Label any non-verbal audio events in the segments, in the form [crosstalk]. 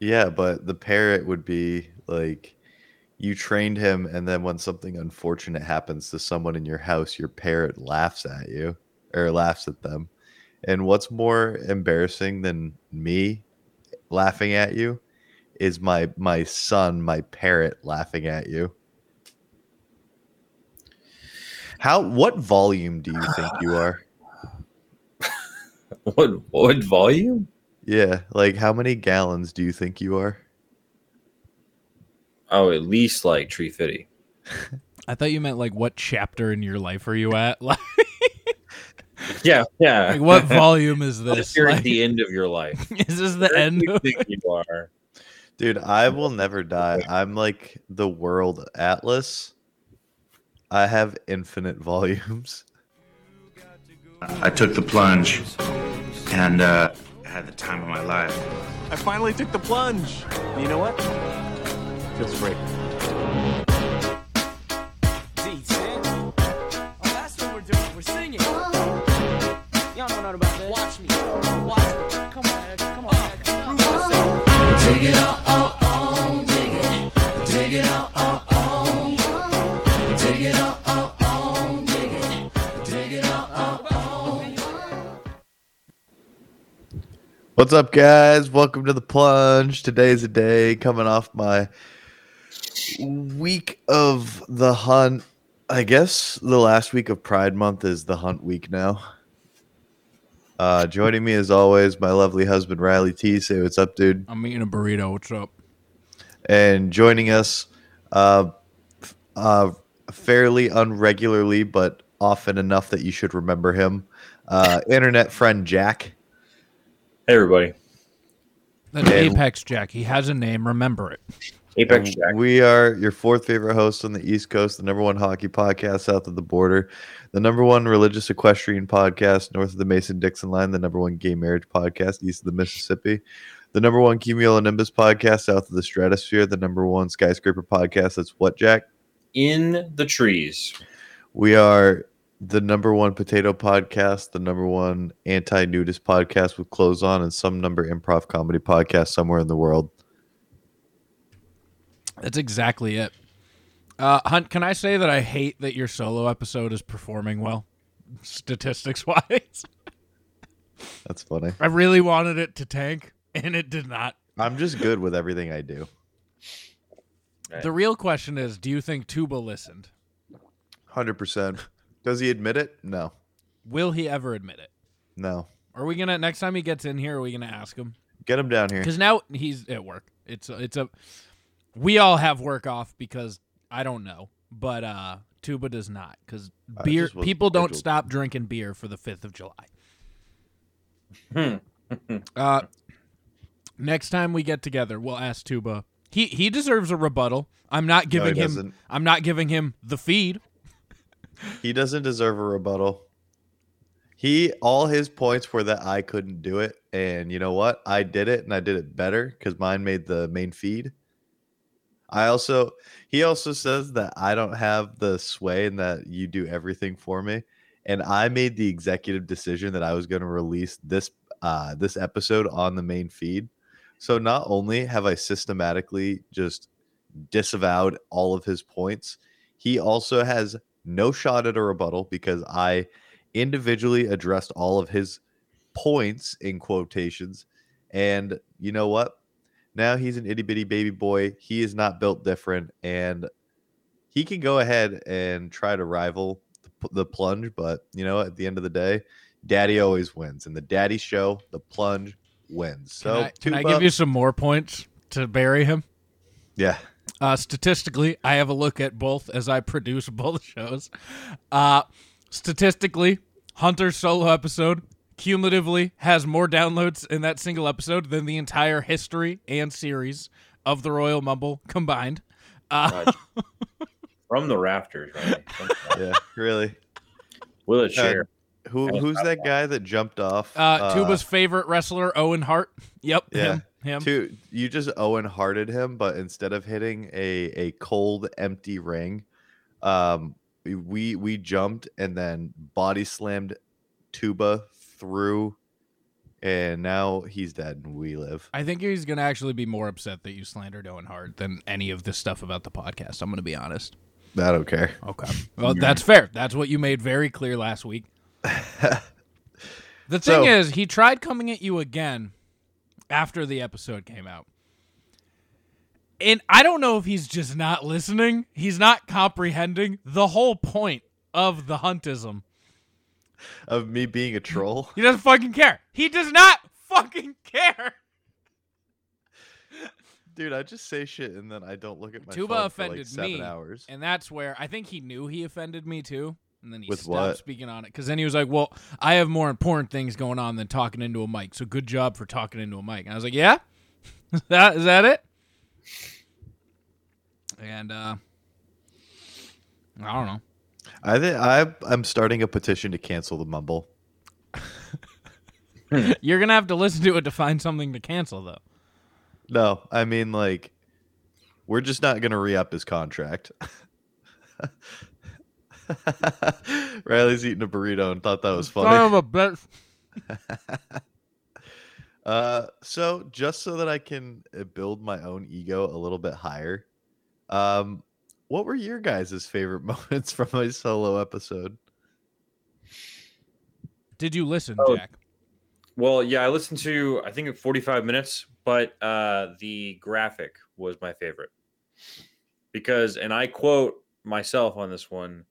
Yeah, but the parrot would be like you trained him, and then when something unfortunate happens to someone in your house, your parrot laughs at you or laughs at them. And what's more embarrassing than me laughing at you is my my son, my parrot laughing at you. How what volume do you think you are? [laughs] What what volume? Yeah, like how many gallons do you think you are? Oh, at least like three fifty. I thought you meant like what chapter in your life are you at? [laughs] Like, Yeah, yeah. like, what volume [laughs] is Like, this? You're Like, at the end of your life. [laughs] is this the Where do end? [laughs] you think you are? Dude, I will never die. I'm like the world atlas. I have infinite volumes. I took the plunge and uh, had the time of my life. I finally took the plunge. And you know what? Feels great. D10. Oh, that's what we're doing. We're singing. Y'all don't know nothing about this. Watch me. Watch me. Come on, Eric. Come on, Eric. Prove yourself. What's up, guys? Welcome to the plunge. Today's a day coming off my week of the hunt. I guess the last week of Pride Month is the hunt week now. Uh, joining me as always, my lovely husband Riley T. Say what's up, dude. I'm eating a burrito. What's up? and joining us uh, f- uh, fairly unregularly, but often enough that you should remember him. Uh, internet friend Jack. Hey everybody. That's Yeah. Apex Jack. He has a name. Remember it. Um, Apex Jack. We are your fourth favorite host on the East Coast, the number one hockey podcast south of the border, the number one religious equestrian podcast north of the Mason Dixon line, the number one gay marriage podcast east of the Mississippi, the number one cumulonimbus podcast south of the stratosphere, the number one skyscraper podcast. That's what, Jack? In the trees. We are the number one potato podcast, the number one anti nudist podcast with clothes on, and some number improv comedy podcast somewhere in the world. That's exactly it. Uh, Hunt, can I say that I hate that your solo episode is performing well, statistics wise? That's funny. [laughs] I really wanted it to tank, and it did not. I'm just good with everything I do. The real question is do you think Tuba listened? 100%. Does he admit it? No. Will he ever admit it? No. Are we gonna next time he gets in here? Are we gonna ask him? Get him down here. Because now he's at work. It's a, it's a we all have work off because I don't know, but uh Tuba does not because I beer just wasn't people don't scheduled. stop drinking beer for the Fifth of July. Hmm. [laughs] uh, next time we get together, we'll ask Tuba. He he deserves a rebuttal. I'm not No, he giving him. doesn't. I'm not giving him the feed. He doesn't deserve a rebuttal. He all his points were that I couldn't do it, and you know what? I did it, and I did it better because mine made the main feed. I also he also says that I don't have the sway and that you do everything for me, and I made the executive decision that I was going to release this uh, this episode on the main feed. So not only have I systematically just disavowed all of his points, he also has no shot at a rebuttal because I individually addressed all of his points in quotations. And you know what? Now he's an itty bitty baby boy. He is not built different. And he can go ahead and try to rival the, p- the plunge. But you know, at the end of the day, daddy always wins. And the daddy show, the plunge wins. Can So, I- can I Tupa- give you some more points to bury him? Yeah. Uh, statistically, I have a look at both as I produce [laughs] both shows. Uh, statistically, Hunter's solo episode cumulatively has more downloads in that single episode than the entire history and series of the Royal Mumble combined. Uh, Uh, from the rafters, [laughs] right? Yeah. Really. Will it share? Uh, Who, Yeah. who's that guy that jumped off? [laughs] uh, Tuba's favorite wrestler, Owen Hart. Yep, Yeah. him. him. Two, you just Owen hearted him, but instead of hitting a a cold empty ring, um, we we jumped and then body slammed Tuba through and now he's dead and we live. I think he's gonna actually be more upset that you slandered Owen Hart than any of this stuff about the podcast. I'm gonna be honest. I don't care. Okay. Well, [laughs] that's fair. That's what you made very clear last week. the thing [laughs] So- is, he tried coming at you again after the episode came out. And I don't know if he's just not listening. He's not comprehending the whole point of the huntism. Of me being a troll. He doesn't fucking care. He does not fucking care. Dude, I just say shit and then I don't look at my Tuba phone offended for like seven me. hours. And that's where I think he knew he offended me too. And then he With stopped what? speaking on it. Because then he was like, Well, I have more important things going on than talking into a mic. So good job for talking into a mic. And I was like, Yeah? [laughs] Is that, is that it? And uh, I don't know. I think I I'm starting a petition to cancel the mumble. Hmm. [laughs] You're going to have to listen to it to find something to cancel, though. No, I mean like we're just not gonna re up his contract. [laughs] Riley's eating a burrito and thought that was funny. Son of a bitch. [laughs] Uh, so just so that I can uh, build my own ego a little bit higher, um, what were your guys' favorite [laughs] moments from my solo episode? Did you listen, Oh, Jack? Well, yeah, I listened to I think 45 minutes, but uh, the graphic was my favorite because, and I quote myself on this one.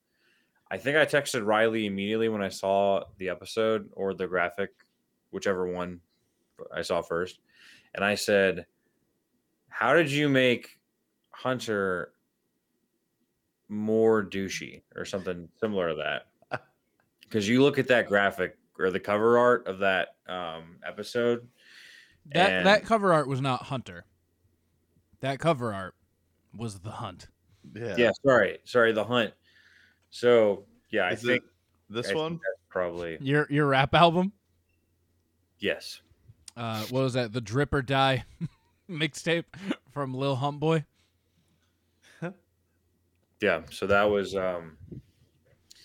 I think I texted Riley immediately when I saw the episode or the graphic, whichever one I saw first, and I said, "How did you make Hunter more douchey or something similar to that?" Because you look at that graphic or the cover art of that um, episode. That, and- that cover art was not Hunter. That cover art was The Hunt. Yeah, Yeah, sorry, sorry, the hunt. So yeah, Is I it think I this think one. that's probably Your, your rap album? yes. uh, what was that? The Drip or Die [laughs] mixtape from Lil Hump Boy. Yeah, so that was um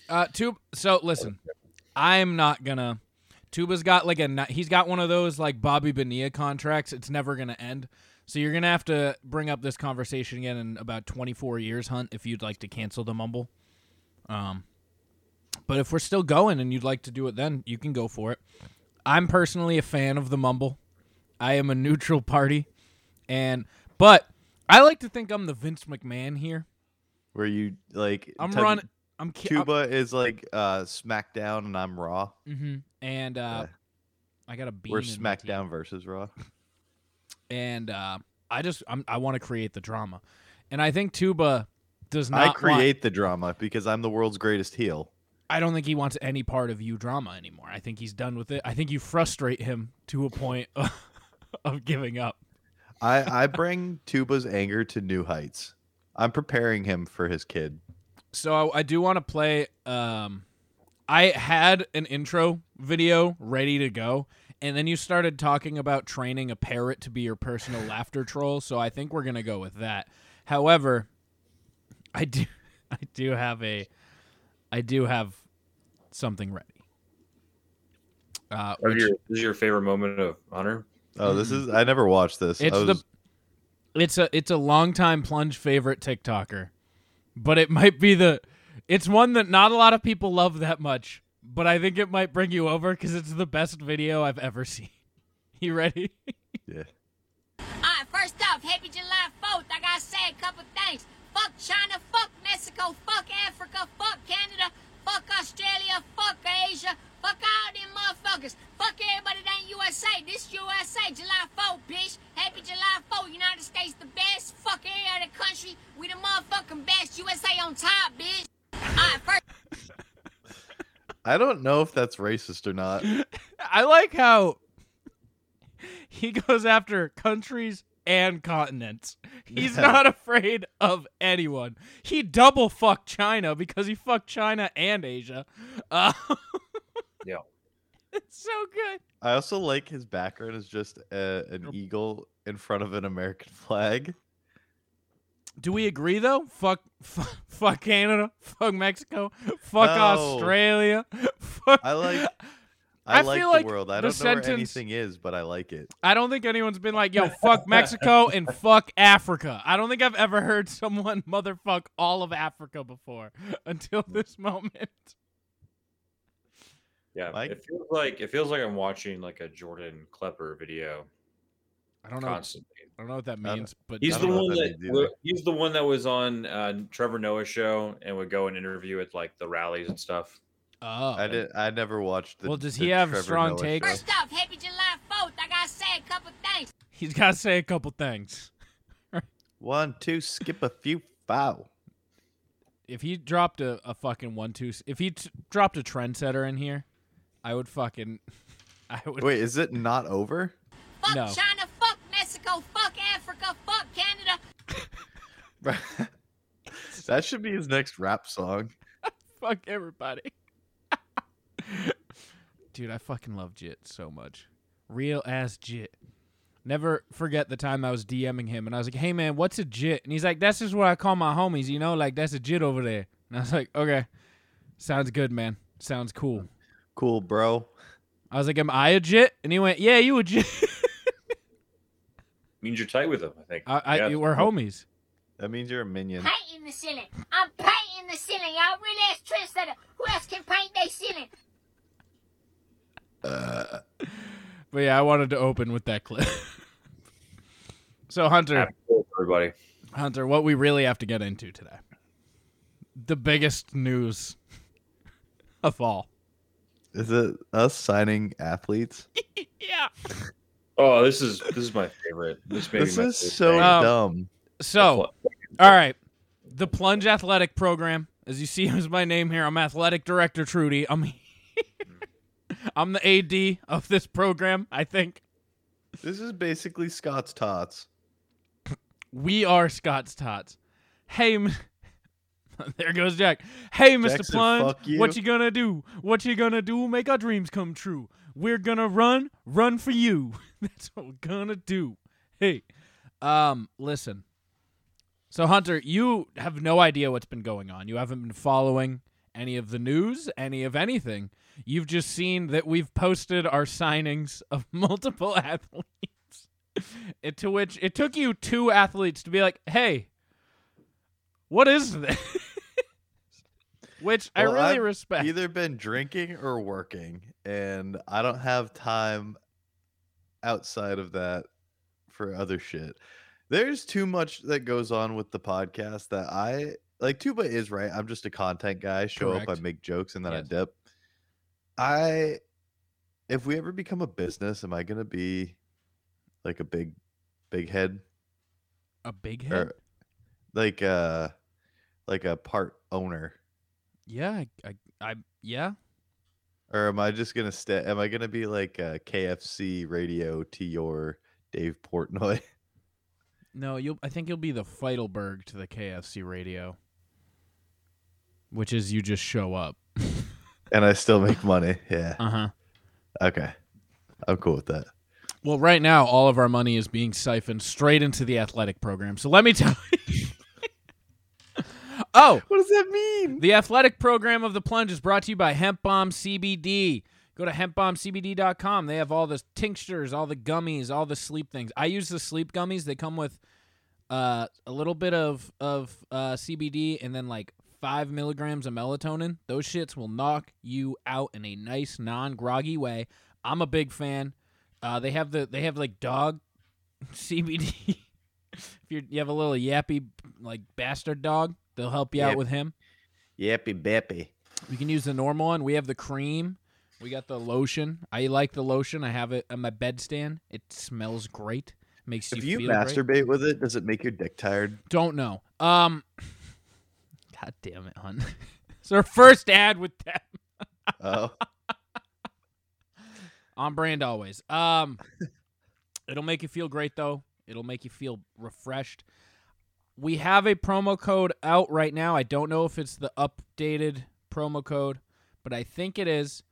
Uh, Tube. So listen, I'm not gonna. Tuba's got like a. ni- He's got one of those like Bobby Bonilla contracts. It's never gonna end. So you're gonna have to bring up this conversation again in about 24 years, Hunt, if you'd like to cancel the Mumble. Um, but if we're still going and you'd like to do it, then you can go for it. I'm personally a fan of the Mumble. I am a neutral party, and but I like to think I'm the Vince McMahon here. Where you like? I'm type- running. I'm ki- I'm- Cuba is like uh, SmackDown and I'm Raw. Mm-hmm. And uh, Yeah. I got a bean. We're in my teeth. SmackDown versus Raw. And uh, I just I'm, I want to create the drama, and I think Tuba does not. I want- create the drama because I'm the world's greatest heel. I don't think he wants any part of you drama anymore. I think he's done with it. I think you frustrate him to a point [laughs] of, of giving up. I [laughs] I bring Tuba's anger to new heights. I'm preparing him for his kid. So I, I do want to play. Um, I had an intro video ready to go, and then you started talking about training a parrot to be your personal laughter troll. So I think we're gonna go with that. However, I do, [laughs] I do have a, I do have something ready. Uh, of which- Mm-hmm. your, this is your favorite moment of Hunter. Oh, this is I never watched this. I It's was, the it's a it's a longtime plunge favorite TikToker, but it might be the it's one that not a lot of people love that much. But I think it might bring you over because it's the best video I've ever seen. [laughs] You ready? yeah. Alright, first off, happy July 4th. I gotta say a couple things. Fuck China, fuck Mexico, fuck Africa, fuck Canada, fuck Australia, fuck Asia, fuck all them motherfuckers. Fuck everybody that ain't USA. This USA, July 4th, bitch. Happy July 4th. United States the best. Fuck any other country. We the motherfucking best. USA on top, bitch. Alright, first. I don't know if that's racist [laughs] or not. I like how he goes after countries and continents. He's Yeah. not afraid of anyone. He double fucked China because he fucked China and Asia. Uh, [laughs] Yeah. it's so good. I also like his background is just a, an eagle in front of an American flag. Do we agree though? Fuck, [laughs] fuck, fuck Canada. Fuck Mexico. Fuck No. Australia. [laughs] Fuck. I like I, I like feel the like world. I the don't know where sentence- anything is, but I like it. I don't think anyone's been like, yo, fuck Mexico and fuck Africa. I don't think I've ever heard someone [laughs] motherfuck all of Africa before [laughs] until this moment. Yeah, Mike? it feels like it feels like I'm watching like a Jordan Klepper video I don't know. constantly. I don't know what that don't- means, but He's I the don't know one if that that means wa- either. he's the one that was on uh, Trevor Noah's show and would go and interview at like the rallies and stuff. Oh, I did. I never watched. The, Well, does the he have Trevor strong Noah takes? show. First off, happy July 4th. I gotta say a couple things. he's got to say a couple things. [laughs] One, two, skip a few. Wow. If he dropped a, a fucking one two, if he t- dropped a trendsetter in here, I would fucking, [laughs] I would. Wait, is it not [laughs] over? [laughs] Fuck No. China, fuck Mexico, fuck Africa, fuck Canada. that should be his next rap song. fuck everybody. [laughs] Dude, I fucking love Jit so much. Real ass Jit. Never forget the time I was DMing him and I was like, hey man, what's a Jit? And he's like, that's just what I call my homies, you know? Like, that's a Jit over there. And I was like, okay, sounds good, man. Sounds cool. Cool, bro. I was like, am I a Jit? And he went, yeah, you a Jit. [laughs] Means you're tight with him, I think. I, I, Yeah. We're homies. That means you're a minion. Painting the ceiling. I'm painting the ceiling. Y'all real ass trendsetter. Who else can paint their ceiling? But yeah, I wanted to open with that clip. [laughs] so, Hunter. Happy Fourth, everybody. Hunter, what we really have to get into today. The biggest news of all. Is it us signing athletes? Yeah. Oh, this is this is my favorite. This, may be this my is favorite so thing. Um, dumb. So, all right. The Plunge Athletic Program, as you see [laughs] is my name here, I'm Athletic Director Trudy. I'm [laughs] here. I'm the AD of this program, I think. This is basically Scott's tots. We are Scott's Tots. Hey, m- [laughs] there goes Jack. Hey, Mr. Jack said, Plunge, "Fuck you." what you gonna do? What you gonna do? Make our dreams come true. We're gonna run, run for you. [laughs] That's what we're gonna do. Hey, um, listen. So Hunter, you have no idea what's been going on. You haven't been following any of the news, any of anything. You've just seen that we've posted our signings of [laughs] multiple athletes. it, to which it took you two athletes to be like, "Hey, what is this?" [laughs] [laughs] which I Well, really I've respect. Either been drinking or working, and I don't have time outside of that for other shit. There's too much that goes on with the podcast that I like. Tuba is right. I'm just a content guy. I show up, I Correct. make jokes, and then Yes. I dip. I, if we ever become a business, am I gonna be like a big, big head? a big head. or like uh like a part owner yeah, I, I, I, yeah. or am i just gonna stay am i gonna be like a kfc radio to your dave portnoy [laughs] No, you'll. I think you'll be the Feidelberg to the KFC radio, which is you just show up. [laughs] and i still make money yeah Uh huh. okay i'm cool with that Well, right now, all of our money is being siphoned straight into the athletic program. So let me [laughs] tell you. oh, what does that mean the athletic program of the plunge is brought to you by Hemp Bomb CBD. Go to hempbombcbd.com. They have all the tinctures, all the gummies, all the sleep things. I use the sleep gummies. They come with uh, a little bit of of uh, CBD and then like five milligrams of melatonin. Those shits will knock you out in a nice, non groggy way. I'm a big fan. Uh, they have the they have like dog [laughs] CBD. [laughs] if you're, you have a little yappy like bastard dog, they'll help you out Yep. with him. yappy [laughs] bappy You can use the normal one. We have the cream. We got the lotion. I like the lotion. I have it on my bedstand. It smells great. Makes if you you feel great. masturbate with it does it make your dick tired Don't know. Um, [laughs] God damn it, hun. it's our first ad with that oh on brand always. Um, it'll make you feel great though. It'll make you feel refreshed. We have a promo code out right now. I don't know if it's the updated promo code, but I think it is.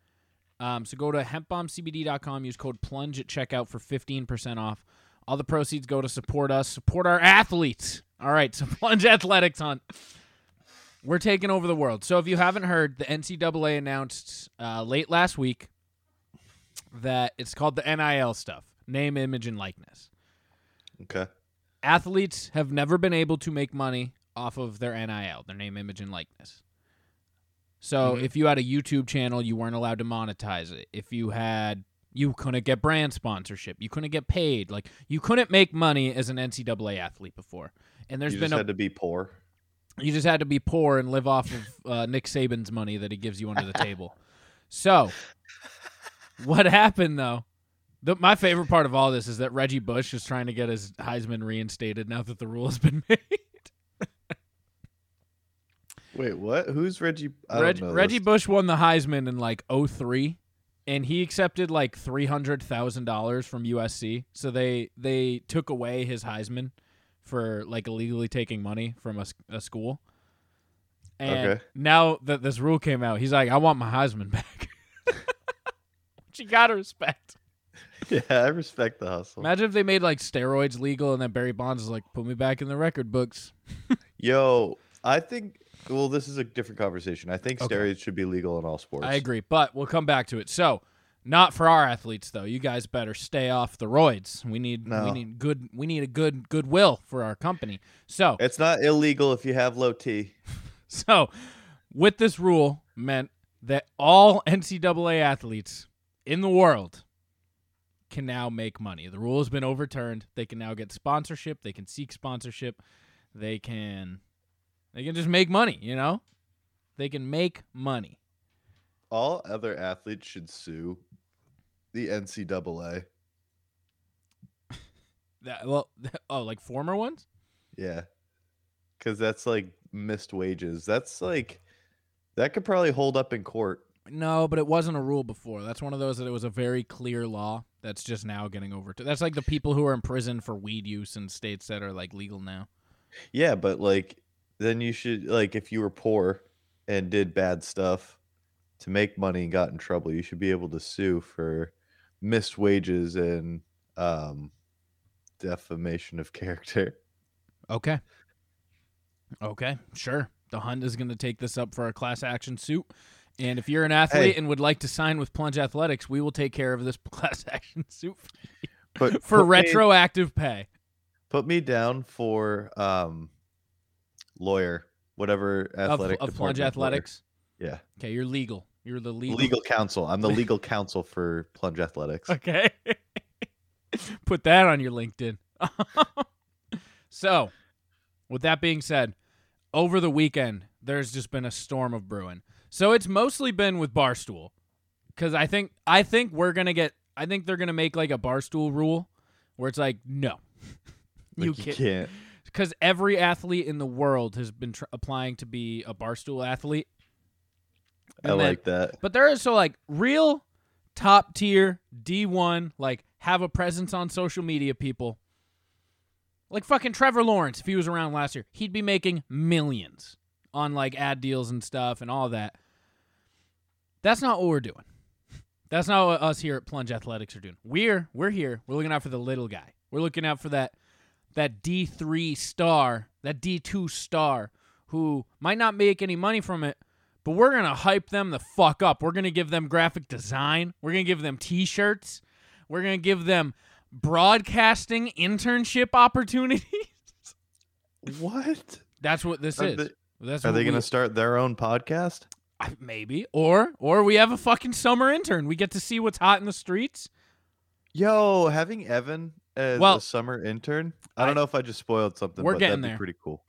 Um, so go to hempbombcbd.com. Use code plunge at checkout for fifteen percent off. All the proceeds go to support us, support our athletes. All right, so [laughs] plunge athletics hunt. We're taking over the world. So if you haven't heard, the NCAA announced uh, late last week that it's called the NIL stuff name, image, and likeness. Okay. athletes have never been able to make money off of their NIL, their name, image, and likeness. So Mm-hmm. if you had a YouTube channel, you weren't allowed to monetize it. If you had, you couldn't get brand sponsorship. You couldn't get paid. Like you couldn't make money as an NCAA athlete before. And there's you been just a, had to be poor. you just had to be poor and live off of uh, Nick Saban's money that he gives you under the table. So, what happened though? The, my favorite part of all this is that Reggie Bush is trying to get his Heisman reinstated now that the rule has been [laughs] made. Wait, what? Who's Reggie? I don't Reg, know Reggie this. Bush won the Heisman in like 03 and he accepted like $300,000 from USC. So they they took away his Heisman for like illegally taking money from a, s- a school. And Okay. now that this rule came out, he's like, I want my Heisman back. [laughs] Which you gotta respect. [laughs] Yeah, I respect the hustle. Imagine if they made like steroids legal and then Barry Bonds is like, put me back in the record books. Yo, I think. Well, this is a different conversation. I think Okay. steroids should be legal in all sports. I agree, but we'll come back to it. So, not for our athletes though. You guys better stay off the roids. We need we No. need good we need a good goodwill for our company. So, It's not illegal if you have low T. [laughs] so with this rule meant that all NCAA athletes in the world can now make money. The rule has been overturned. They can now get sponsorship. They can seek sponsorship. They can they can just make money, you know? They can make money. All other athletes should sue the NCAA. That, well, [laughs] oh, like former ones? Yeah. Cause that's like missed wages. That's like that could probably hold up in court. No, but it wasn't a rule before. That's one of those that it was a very clear law that's just now getting over to. That's like the people who are in prison for weed use in states that are like legal now. Yeah, but like then you should like if you were poor and did bad stuff to make money and got in trouble, you should be able to sue for missed wages and um defamation of character. Okay. Okay, sure. The Hunt is going to take this up for a class action suit. And if you're an athlete Hey. and would like to sign with Plunge Athletics, we will take care of this [laughs] class action suit [laughs] But for put me- retroactive pay. put me down for um lawyer, whatever Of, athletic of Plunge department's lawyer. Athletics. Yeah. Okay, you're legal. You're the legal. legal counsel. I'm [laughs] the legal counsel for Plunge Athletics. Okay. [laughs] Put that on your LinkedIn. [laughs] so, with that being said, over the weekend, there's just been a storm of brewing. So it's mostly been with Barstool. Cause I think I think we're gonna get I think they're gonna make like a Barstool rule where it's like, no. [laughs] Like, you can't can't. because every athlete in the world has been tr- applying to be a barstool athlete. I And then- like that. But there is so like real top tier D1, like have a presence on social media people. Like fucking Trevor Lawrence, if he was around last year, he'd be making millions on like ad deals and stuff and all that. That's not what we're doing. That's not what us here at Plunge Athletics are doing. We're we're here. We're looking out for the little guy. We're looking out for that that D three star, that D two star, who might not make any money from it, but we're gonna hype them the fuck up. We're gonna give them graphic design. We're gonna give them T-shirts. We're gonna give them broadcasting internship opportunities. [laughs] What? That's what this Are is. they- That's Are what they we- going to start their own podcast? I- maybe or or we have a fucking summer intern. We get to see what's hot in the streets. Yo, Oh, having Evan as Well, a summer intern. I I- don't know if I just spoiled something, We're but getting that'd there. be pretty cool.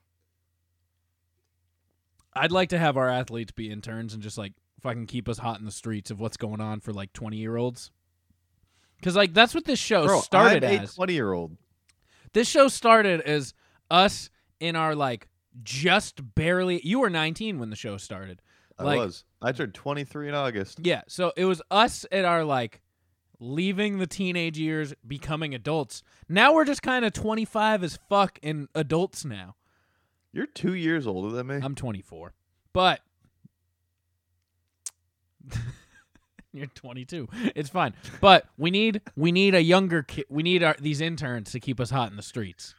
I'd like to have our athletes be interns and just like fucking keep us hot in the streets of what's going on for like 20 year olds. Cause like that's what this show Bro, started I'm a as. 20 year old. This show started as us in our like just barely. You were 19 when the show started. I Like- was. I turned 23 in August. Yeah. So it was us at our like leaving the teenage years, becoming adults. Now we're just kind of 25 as fuck and adults now. You're two years older than me. I'm 24. But [laughs] you're 22. It's fine. But we need we need a younger kid. We need our, these interns to keep us hot in the streets.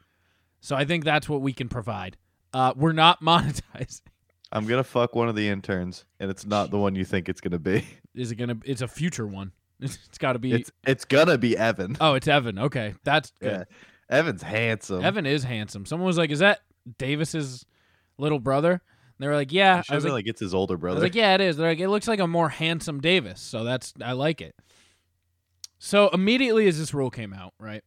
So I think that's what we can provide. Uh, we're not [laughs] monetized. I'm going to fuck one of the interns, and it's not the one you think it's going to be. Is it gonna? It's a future one. [laughs] It's got to be. It's it's gonna [laughs] be Evan. oh, it's Evan. Okay, that's good. Yeah. Evan's handsome. Evan is handsome. Someone was like, "Is that Davis's little brother?" And they were like, "Yeah." Should I was like, it's his older I brother. was like, "Yeah, it is." They're like, "It looks like a more handsome Davis." So that's I like it. So immediately as this rule came out, right?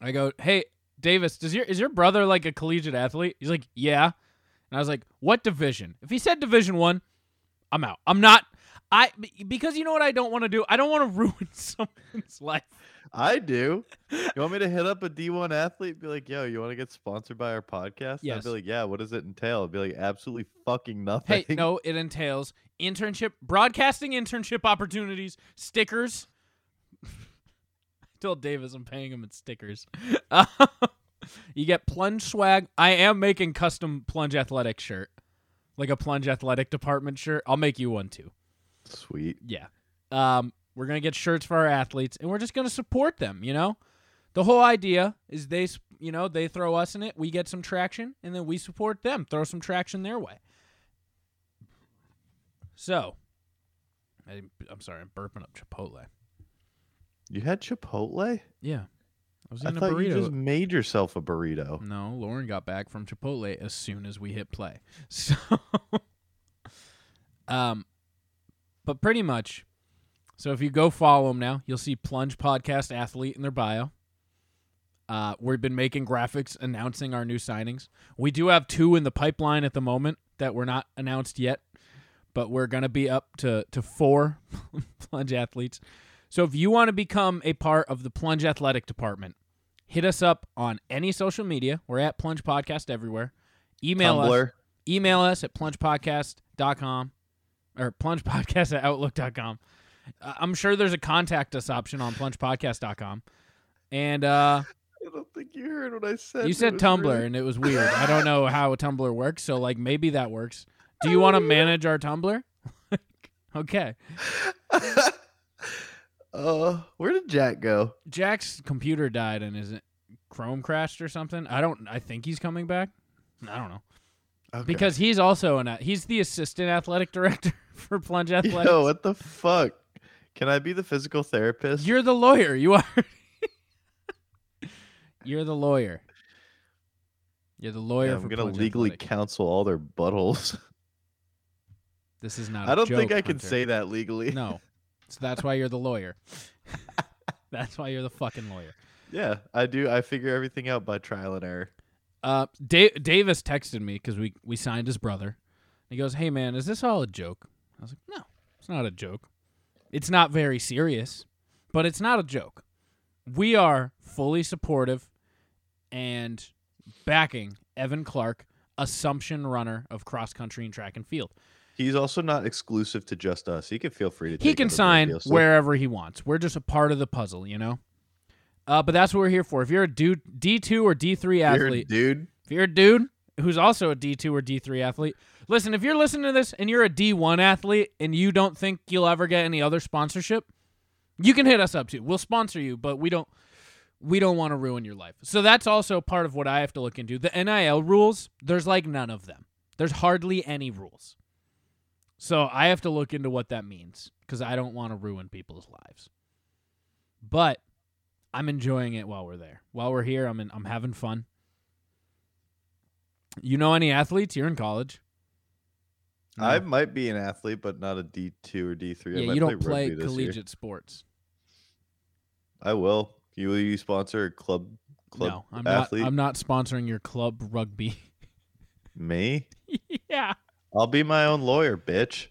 I go, "Hey, Davis, does your is your brother like a collegiate athlete?" He's like, "Yeah." And I was like, "What division?" If he said Division 1, I'm out. I'm not I because you know what I don't want to do? I don't want to [laughs] ruin someone's life. I do. You want me to hit up a D1 athlete? Be like, yo, you want to get sponsored by our podcast? And I'd Yes. be like, yeah. What does it entail? I'd be like, absolutely fucking nothing. Hey, no, it entails internship, broadcasting internship opportunities, stickers. [laughs] I told Davis I'm paying him in stickers. [laughs] you get plunge swag. I am making custom plunge athletic shirt, like a plunge athletic department shirt. I'll make you one too. Sweet. Yeah. Um, we're gonna get shirts for our athletes, and we're just gonna support them. You know, the whole idea is they, s- you know, they throw us in it, we get some traction, and then we support them, throw some traction their way. So, I, I'm sorry, I'm burping up Chipotle. You had Chipotle? Yeah, I was I eating a thought burrito. you just made yourself a burrito. No, Lauren got back from Chipotle as soon as we hit play. [laughs] So, um, but pretty much. So if you go follow them now, you'll see Plunge Podcast Athlete in their bio. Uh, we've been making graphics announcing our new signings. We do have two in the pipeline at the moment that were not announced yet, but we're gonna be up to to four [laughs] Plunge athletes. So if you want to become a part of the Plunge Athletic Department hit us up on any social media. We're at Plunge Podcast everywhere. Email Tumblr. us. Email us at plungepodcast.com or plungepodcast at outlook.com. Uh, I'm sure there's a contact us option on plungepodcast.com. And uh, I don't think you heard what I said. you It said was Tumblr, really- and it was weird. I don't know how Tumblr works, so like maybe that works. Do you want to manage our Tumblr? [laughs] okay. [laughs] Uh, where did Jack go? Jack's computer died and is it Chrome crashed or something? I don't. I think he's coming back. I don't know. Okay. because he's also an he's the assistant athletic [laughs] director for Plunge Athletics. [laughs] yo, what the fuck? Can I be the physical therapist? You're the lawyer. You are. [laughs] You're the lawyer. You're the lawyer Yeah, for I'm gonna Plunge legally Athletic. counsel all their buttholes. [laughs] This is not. I I don't think I can Hunter. say that legally. No, so that's why you're the lawyer. [laughs] that's why you're the fucking lawyer. Yeah, I do. I figure everything out by trial and error. Uh, da- Davis texted me because we we signed his brother. He goes, "Hey man, is this all a joke?" I was like, "No, it's not a joke. It's not very serious, but it's not a joke. We are fully supportive and backing Evan Clark, assumption runner of cross country and track and field. He's also not exclusive to just us. He can feel free to. He take can other sign deals. So wherever he wants. We're just a part of the puzzle, you know." Uh, but that's what we're here for. If you're a dude, D2 or D3 if you're a athlete, dude. If you're a dude who's also a D2 or D3 athlete, listen, if you're listening to this and you're a D1 athlete and you don't think you'll ever get any other sponsorship, you can hit us up too. We'll sponsor you, but we don't we don't want to ruin your life. So that's also part of what I have to look into. The NIL rules, there's like none of them. There's hardly any rules. So I have to look into what that means cuz I don't want to ruin people's lives. But I'm enjoying it while we're there. While we're here, I'm in, I'm having fun. You know any athletes? You're in college. I No. might be an athlete, but not a D two or D three. I yeah, might you don't play play rugby this year. collegiate sports. I will. You will you sponsor a club club no, I'm athlete? not. [laughs] I'm not sponsoring your club rugby. [laughs] Me? yeah. I'll be my own lawyer, bitch.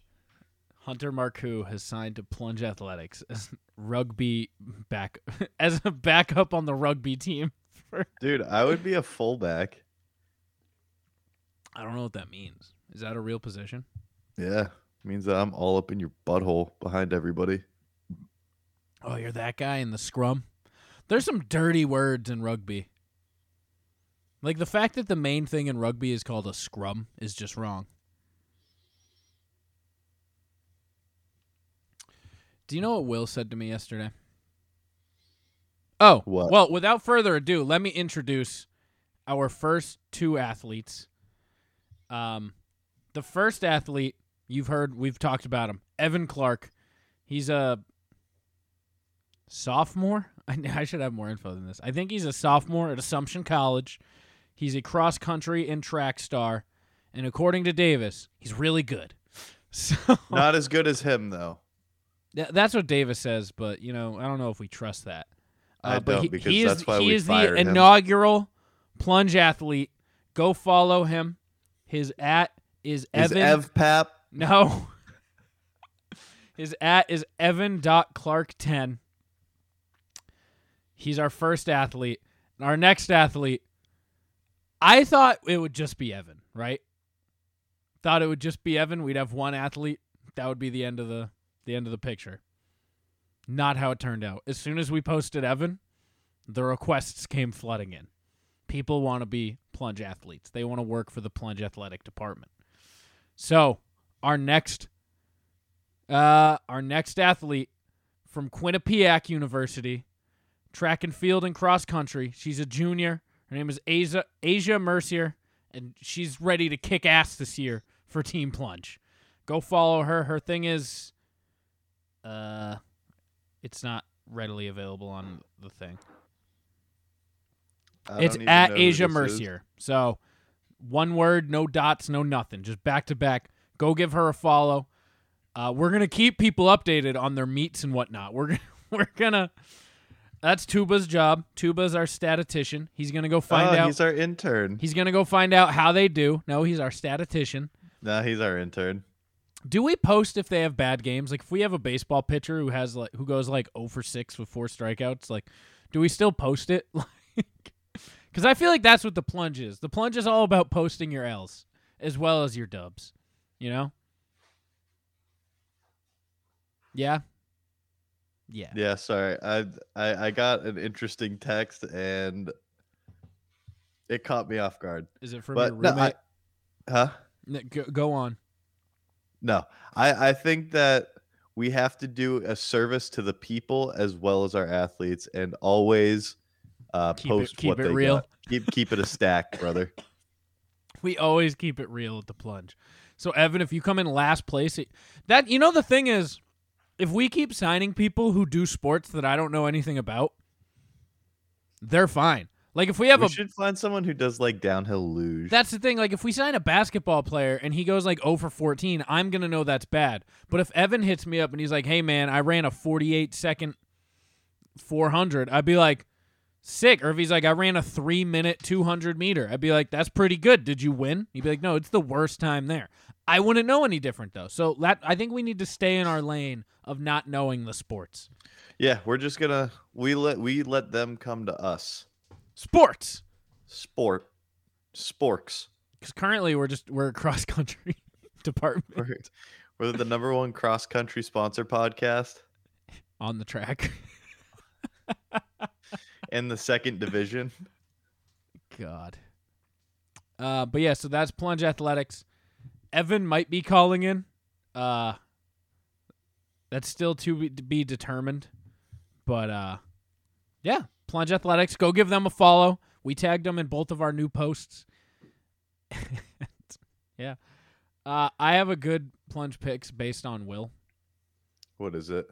Hunter Marcoux has signed to Plunge Athletics as rugby back [laughs] as a backup on the rugby team. [laughs] For, Dude, I would be a fullback. I don't know what that means. Is that a real position? Yeah. Means that I'm all up in your butthole [laughs] behind everybody. Oh, you're that guy in the scrum. There's some dirty words in rugby. Like the fact that the main thing in rugby is called a scrum is just wrong. Do you know what Will said to me yesterday? Oh, What? well, without further ado, let me introduce our first two athletes. Um, the first athlete you've heard, we've talked about him, Evan Clark. He's a sophomore. [laughs] I, I should have more info than this. I think he's a sophomore at Assumption College. He's a cross country and track star, and according to Davis, he's really good. [laughs] So Not as good as him though. Th- that's what Davis says, but you know, I don't know if we trust that. Uh, I but don't he, because he is, that's why he we is the fired him. inaugural plunge athlete. Go follow him. His at is Is Evan. Ev Pap no. [laughs] His at is Evan.Clark10. He's our first athlete. And our next athlete, I thought it would just be Evan, right? Thought it would just be Evan. We'd have one athlete. That would be the end of the the end of the picture. Not how it turned out. As soon as we posted Evan, the requests came flooding in. People want to be plunge athletes. They want to work for the plunge athletic department. So, our next uh our next athlete from Quinnipiac University, track and field and cross country. She's a junior. Her name is Asia Asia Mercier, and she's ready to kick ass this year for Team Plunge. Go follow her. Her thing is, uh, it's not readily available on the thing. I It's don't even know at who Asia this is. Mercier. So one word, no dots, no nothing. Just back to back. Go give her a follow. Uh, we're gonna keep people updated on their meets and whatnot. We're gonna, [laughs] we're gonna. That's Tuba's job. Tuba's our statistician. He's gonna go find Oh, out. He's our intern. he's gonna go find out how they do. No, he's our statistician. No, he's our intern. Do we post if they have bad games? Like if we have a baseball pitcher who has like who goes like 0 for 6 with four strikeouts, like do we still post it? [laughs] Like cuz I feel like that's what the plunge is. The plunge is all about posting your Ls as well as your dubs, you know? Yeah. Yeah. Yeah, sorry. I, I I got an interesting text and it caught me off guard. Is it from your But no, I, roommate? huh? N- go, go on. No, I, I think that we have to do a service to the people as well as our athletes, and always uh, Keep it- post keep what it they real. got. Keep keep it [laughs] a stack, brother. We always keep it real at the plunge. So Evan, if you come in last place, it, that you know the thing is, if we keep signing people who do sports that I don't know anything about, they're fine. Like if we have we a should find someone who does like downhill luge. that's the thing. Like if we sign a basketball player and he goes like 0 for 14, I'm gonna know that's bad. But if Evan hits me up and he's like, "Hey man, I ran a 48 second 400," I'd be like, "Sick." Or if he's like, "I ran a three minute 200 meter," I'd be like, "That's pretty good. Did you win?" He'd be like, "No, it's the worst time there." I wouldn't know any different though. So that I think we need to stay in our lane of not knowing the sports. yeah, we're just gonna we let we let them come to us. Sports. Sport, sporks. Because currently we're just we're a cross country [laughs] department We're, we're the number one cross country sponsor podcast on the track. in the second division. God. Uh, but yeah, so that's Plunge Athletics. Evan might be calling in. Uh, that's still to be, to be determined. But uh, yeah, Plunge Athletics. Go give them a follow. We tagged them in both of our new posts. [laughs] yeah. Uh, I have a good plunge picks based on Will. [laughs] What is it?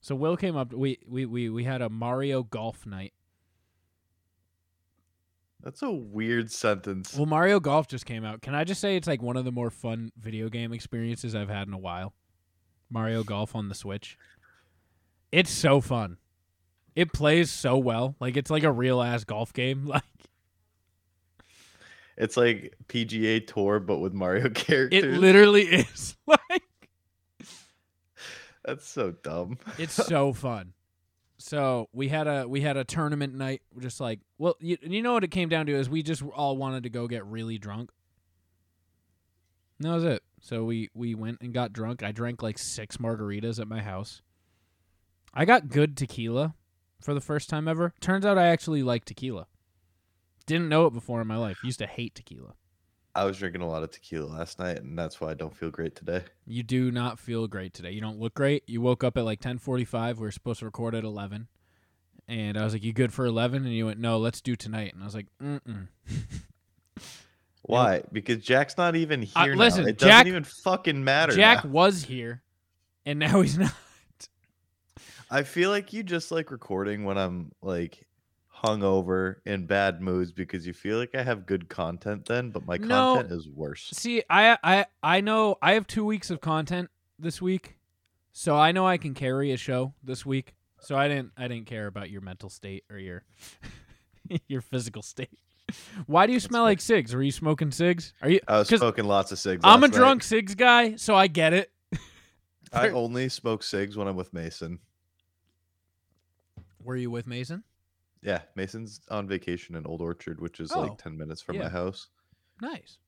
So Will came up. We we we, we had a Mario golf night. That's a weird sentence. Well, Mario Golf just came out. Can I just say it's like one of the more fun video game experiences I've had in a while? Mario Golf on the Switch. It's so fun. It plays so well. Like it's like a real ass golf game. [laughs] Like It's like PGA Tour, but with Mario [laughs] it characters. literally is. [laughs] Like That's so dumb. [laughs] it's so fun. So we had a we had a tournament night. Just like well, you, you know what it came down to is we just all wanted to go get really drunk. And that was it. So we we went and got drunk. I drank like six margaritas at my house. I got good tequila for the first time ever. Turns out I actually like tequila. Didn't know it before in my life. Used to hate tequila. I was drinking a lot of tequila last night, and that's why I don't feel great today. You do not feel great today. You don't look great. You woke up at like 10:45. We were supposed to record at 11. And I was like, "You good for 11?" And you went, "No, let's do tonight." And I was like, [laughs] "Mm-mm." Why? Because Jack's not even here. Uh, now. listen, it Jack- doesn't even fucking matter. Jack now. was here, and now he's not. I feel like you just like recording when I'm like hungover in bad moods because you feel like I have good content then, but my No. content is worse. See, I I I know I have two weeks of content this week, so I know I can carry a show this week. So I didn't I didn't care about your mental state or your [laughs] your physical state. Why do you smell like cigs? Are you smoking cigs? Are you? I was 'cause smoking lots of cigs. I'm a last night. drunk cigs guy, so I get it. I only smoke cigs when I'm with Mason. Were you with Mason? Yeah, Mason's on vacation in Old Orchard, which is Oh, like 10 minutes from yeah. my house. Nice.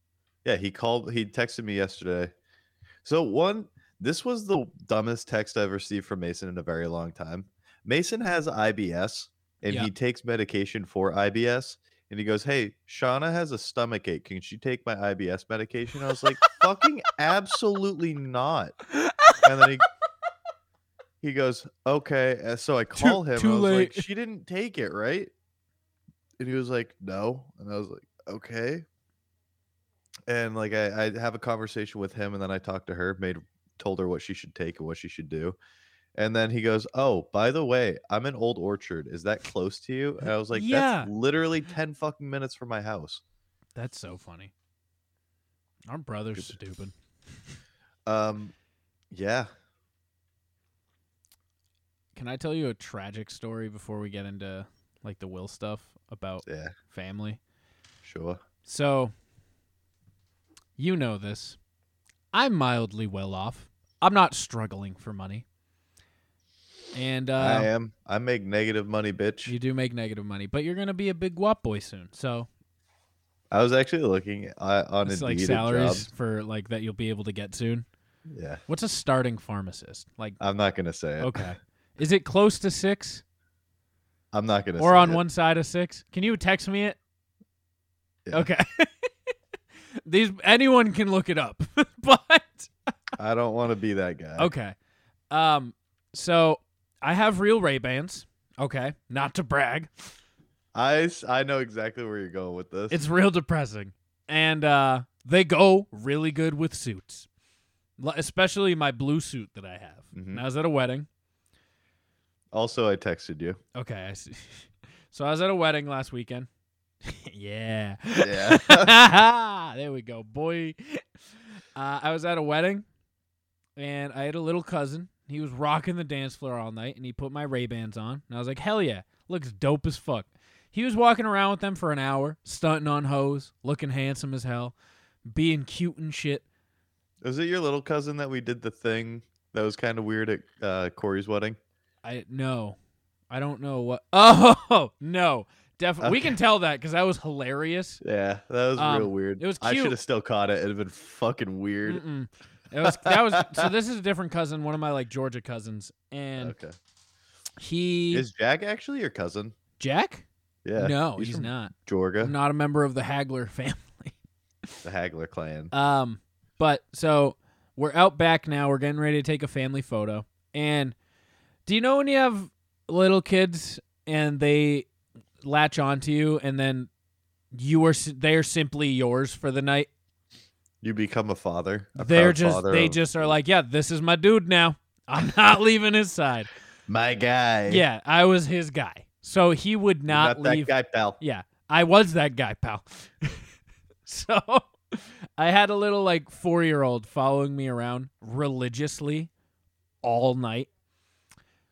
Yeah, he called. He texted me yesterday. So one, this was the dumbest text I've received from Mason in a very long time. Mason has IBS, and Yeah. he takes medication for IBS. And he goes, "Hey, Shauna has a stomach ache. Can she take my IBS medication?" I was like, "Fucking absolutely not." And then he he goes, "Okay." And so I call him. too I was late. like, "She didn't take it, right?" And he was like, "No." And I was like, "Okay." and like I, I have a conversation with him and then i talked to her made told her what she should take and what she should do and then he goes oh by the way i'm in old orchard is that close to you and i was like Yeah. that's literally 10 fucking minutes from my house That's so funny. Our brother's stupid. um yeah Can I tell you a tragic story before we get into like the will stuff about yeah family? sure So, you know this. I'm mildly well off. I'm not struggling for money. And uh, i am i make negative money bitch you do make negative money, but you're going to be a big guap boy soon. So, i was actually looking uh, on it's Indeed like at salaries jobs. for like that you'll be able to get soon. yeah What's a starting pharmacist? Like, i'm not gonna say it okay. Is it close to six i'm not gonna or say on it. one side of six? Can you text me it? Yeah. Okay. [laughs] These anyone can look it up, [laughs] but i don't want to be that guy Okay. Um. So I have real Ray Bans. Okay, not to brag, i s- i know exactly where you're going with this it's real depressing, and uh, they go really good with suits, L- especially my blue suit that I have. Mhm. And I was at a wedding. also i texted you Okay, I see. so I was at a wedding last weekend. [laughs] yeah. yeah [laughs] there we go, boy. Uh, I was at a wedding, and I had a little cousin. He was rocking the dance floor all night, and he put my Ray Bans on, and I was like, "Hell yeah, looks dope as fuck." He was walking around with them for an hour, stunting on hoes, looking handsome as hell, being cute and shit. Was it your little cousin that we did the thing that was kind of weird at uh, Corey's wedding? I no, I don't know what. [laughs] Oh no, definitely we Okay. can tell that because that was hilarious. Yeah, that was real Um, weird. it was I should cute. have still caught it. It'd have been fucking weird. Mm-mm. It was that was so. This is a different cousin, one of my like Georgia cousins, and Okay. he Is Jack actually your cousin? Jack? Yeah. no, he's, he's from not. Georgia, I'm not a member of the Hagler family. the Hagler clan. Um, but so we're out back now. We're getting ready to take a family photo. And do you know when you have little kids and they latch onto you, and then you are s- they are simply yours for the night? You become a father. a They're proud just father they of just are like, yeah, this is my dude now. I'm [laughs] not leaving his side. my guy. Yeah, I was his guy, so he would You're not, that leave guy, pal. Yeah, I was that guy, pal. [laughs] so I had a little like four year old following me around religiously all night.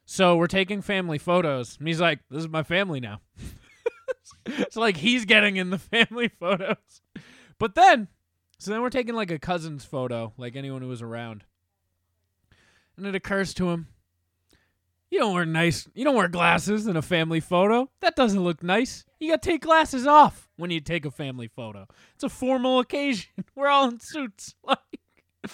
So we're taking family photos, and he's like, "This is my family now." [laughs] it's like he's getting in the [laughs] family photos, but then, so then we're taking like a cousin's photo, like anyone who was around, and it occurs to him, you don't wear nice. You don't wear glasses in a family photo. That doesn't look nice. You got to take glasses off when you take a family photo. It's a formal occasion. [laughs] We're all in suits. [laughs] Like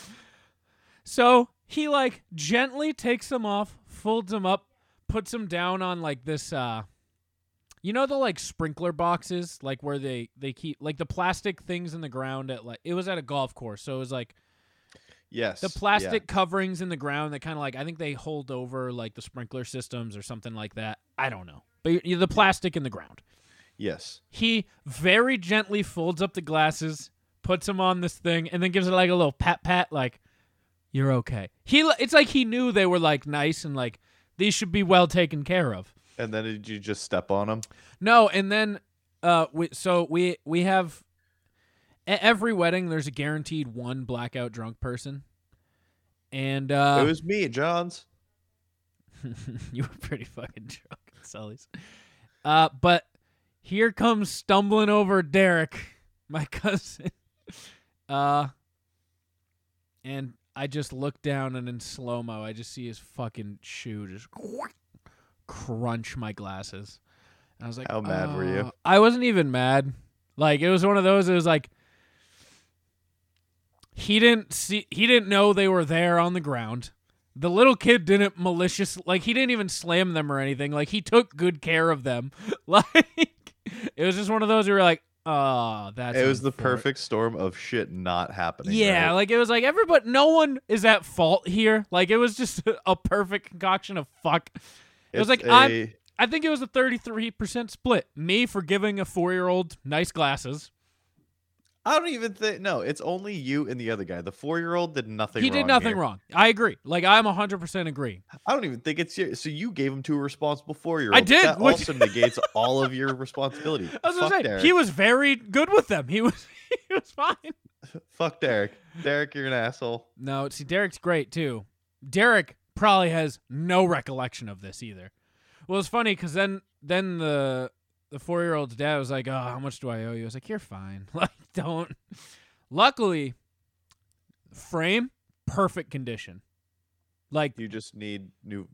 So, he like gently takes them off, folds them up, puts them down on like this uh you know the like sprinkler boxes like where they they keep like the plastic things in the ground at like it was at a golf course. So it was like Yes. the yeah. plastic coverings in the ground that kind of like I think they hold over like the sprinkler systems or something like that. I don't know, but y- the plastic in the ground. Yes. He very gently folds up the glasses, puts them on this thing, and then gives it like a little pat pat, like "You're okay." He, li- it's like he knew they were like nice and like These should be well taken care of. And then did you just step on them? No, and then uh we so we we have e- every wedding there's a guaranteed one blackout drunk person. And uh it was me at John's. [laughs] you were pretty fucking drunk [laughs] at Sully's. Uh, but here comes stumbling over Derek, my [laughs] cousin. Uh, and I just look down and in slow mo, I just see his fucking shoe just crunch my glasses. And I was like, How mad were you? "Oh." I wasn't even mad. Like it was one of those. It was like he didn't see. He didn't know they were there on the ground. The little kid didn't malicious like he didn't even slam them or anything. Like he took good care of them. [laughs] Like it was just one of those where you're like, oh, that's it was the unfortunate." perfect storm of shit not happening. Yeah, right? like it was like everybody no one is at fault here. Like it was just [laughs] a perfect concoction of fuck. It was It's like I a- I think it was a 33% split. Me for giving a 4-year-old nice glasses. I don't even think. No, it's only you and the other guy. The four-year-old did nothing. he did wrong nothing here. wrong. I agree. Like I'm 100% agree. I don't even think it's your. So you gave him to a responsible four-year-old. I did, That which- also negates all of your responsibility. [laughs] I was Fuck gonna say Derek. he was very good with them. He was he was fine. Fuck Derek. Derek, you're an asshole. No, see, Derek's great too. Derek probably has no recollection of this either. Well, it's funny because then then the the four year old's dad was like, "Oh, how much do I owe you?" I was like, "You're fine. [laughs] Like, don't." Luckily, frame perfect condition. Like You just need new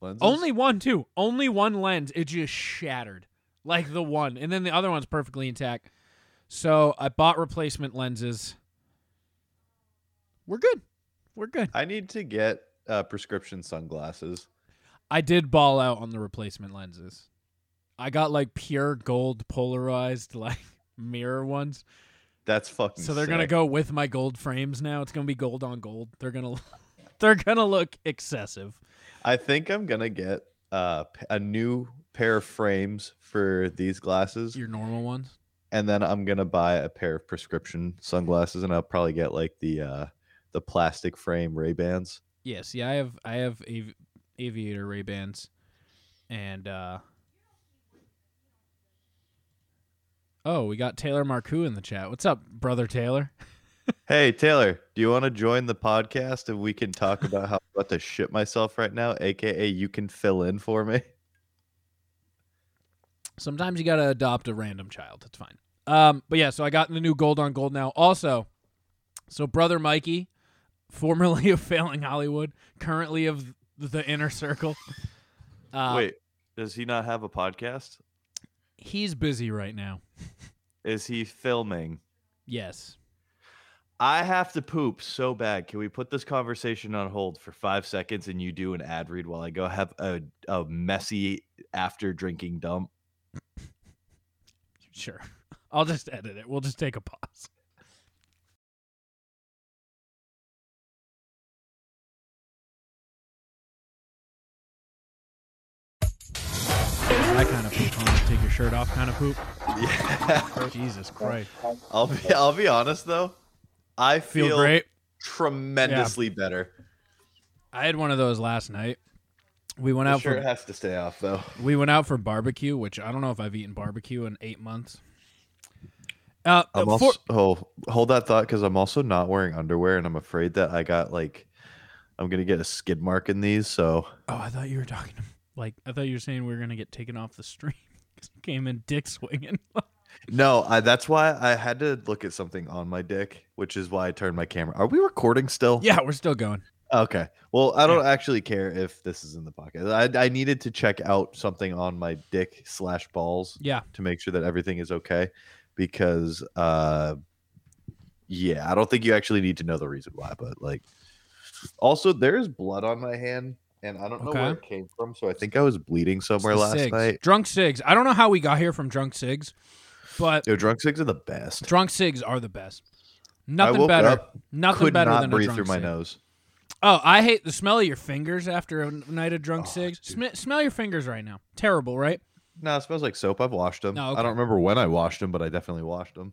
lenses. only one too. Only one lens. It just shattered. Like the one. And then the other one's perfectly intact. So I bought replacement lenses. We're good. We're good. I need to get uh, prescription sunglasses. I did ball out on the replacement lenses. I got like pure gold polarized [laughs] like mirror ones. That's fucking. So they're going to sick. go with my gold frames now. It's going to be gold on gold. They're going to [laughs] they're going to look excessive. I think I'm gonna get uh, p- a new pair of frames for these glasses, Your normal ones. and then I'm gonna buy a pair of prescription sunglasses, and I'll probably get like the uh, the plastic frame Ray Bans. Yes, yeah, I have I have av- aviator Ray-Bans and uh Oh, we got Taylor Marcoux in the chat. What's up, brother Taylor? Hey Taylor, do you want to join the podcast and we can talk about how I'm about to shit myself right now, aka you can fill in for me. Sometimes you gotta adopt a random child. That's fine. Um, but yeah, so I got the new gold on gold now. Also, so brother Mikey, formerly [laughs] of Failing Hollywood, currently of the inner circle. Uh, Wait, does he not have a podcast? he's busy right now. Is he filming? Yes. I have to poop so bad. Can we put this conversation on hold for five seconds and you do an ad read while I go have a, a messy after drinking dump? Sure. [laughs] I'll just edit it. We'll just take a pause. I kind of poop on the take your shirt off kind of poop. Yeah. Jesus Christ. I'll be I'll be honest though. I Feel feel, great. tremendously better. I had one of those last night. We went The out shirt for has to stay off though. we went out for barbecue, which I don't know if I've eaten barbecue in eight months. Uh, I'm for- also oh, hold that thought because I'm also not wearing underwear and I'm afraid that I got like I'm gonna get a skid mark in these. So Oh, I thought you were talking to like I thought you were saying we were gonna get taken off the stream [laughs] because came in dick swinging. Oh. no, I, that's why I had to look at something on my dick, which is why I turned my camera. Are we recording still? [laughs] yeah, we're still going. Okay. Well, I don't actually care if this is in the pocket. I, I needed to check out something on my dick slash balls Yeah, to make sure that everything is okay, because uh, yeah, I don't think you actually need to know the reason why. But like, also there's blood on my hand, and I don't know where Okay. it came from. So I think I was bleeding somewhere The last Sigs. night. Drunk Sigs. I don't know how we got here from Drunk Sigs, but Yo, drunk cigs are the best. Drunk Sigs are the best. I Nothing woke better. up, nothing Could better not than a breathe drunk through my Sig. nose. Oh, I hate the smell of your fingers after a n- night of Oh, drunk Sigs. Sm- smell your fingers right now. Terrible, right? No, it smells like soap. I've washed them. No, I okay. don't remember when I washed them, but I definitely washed them.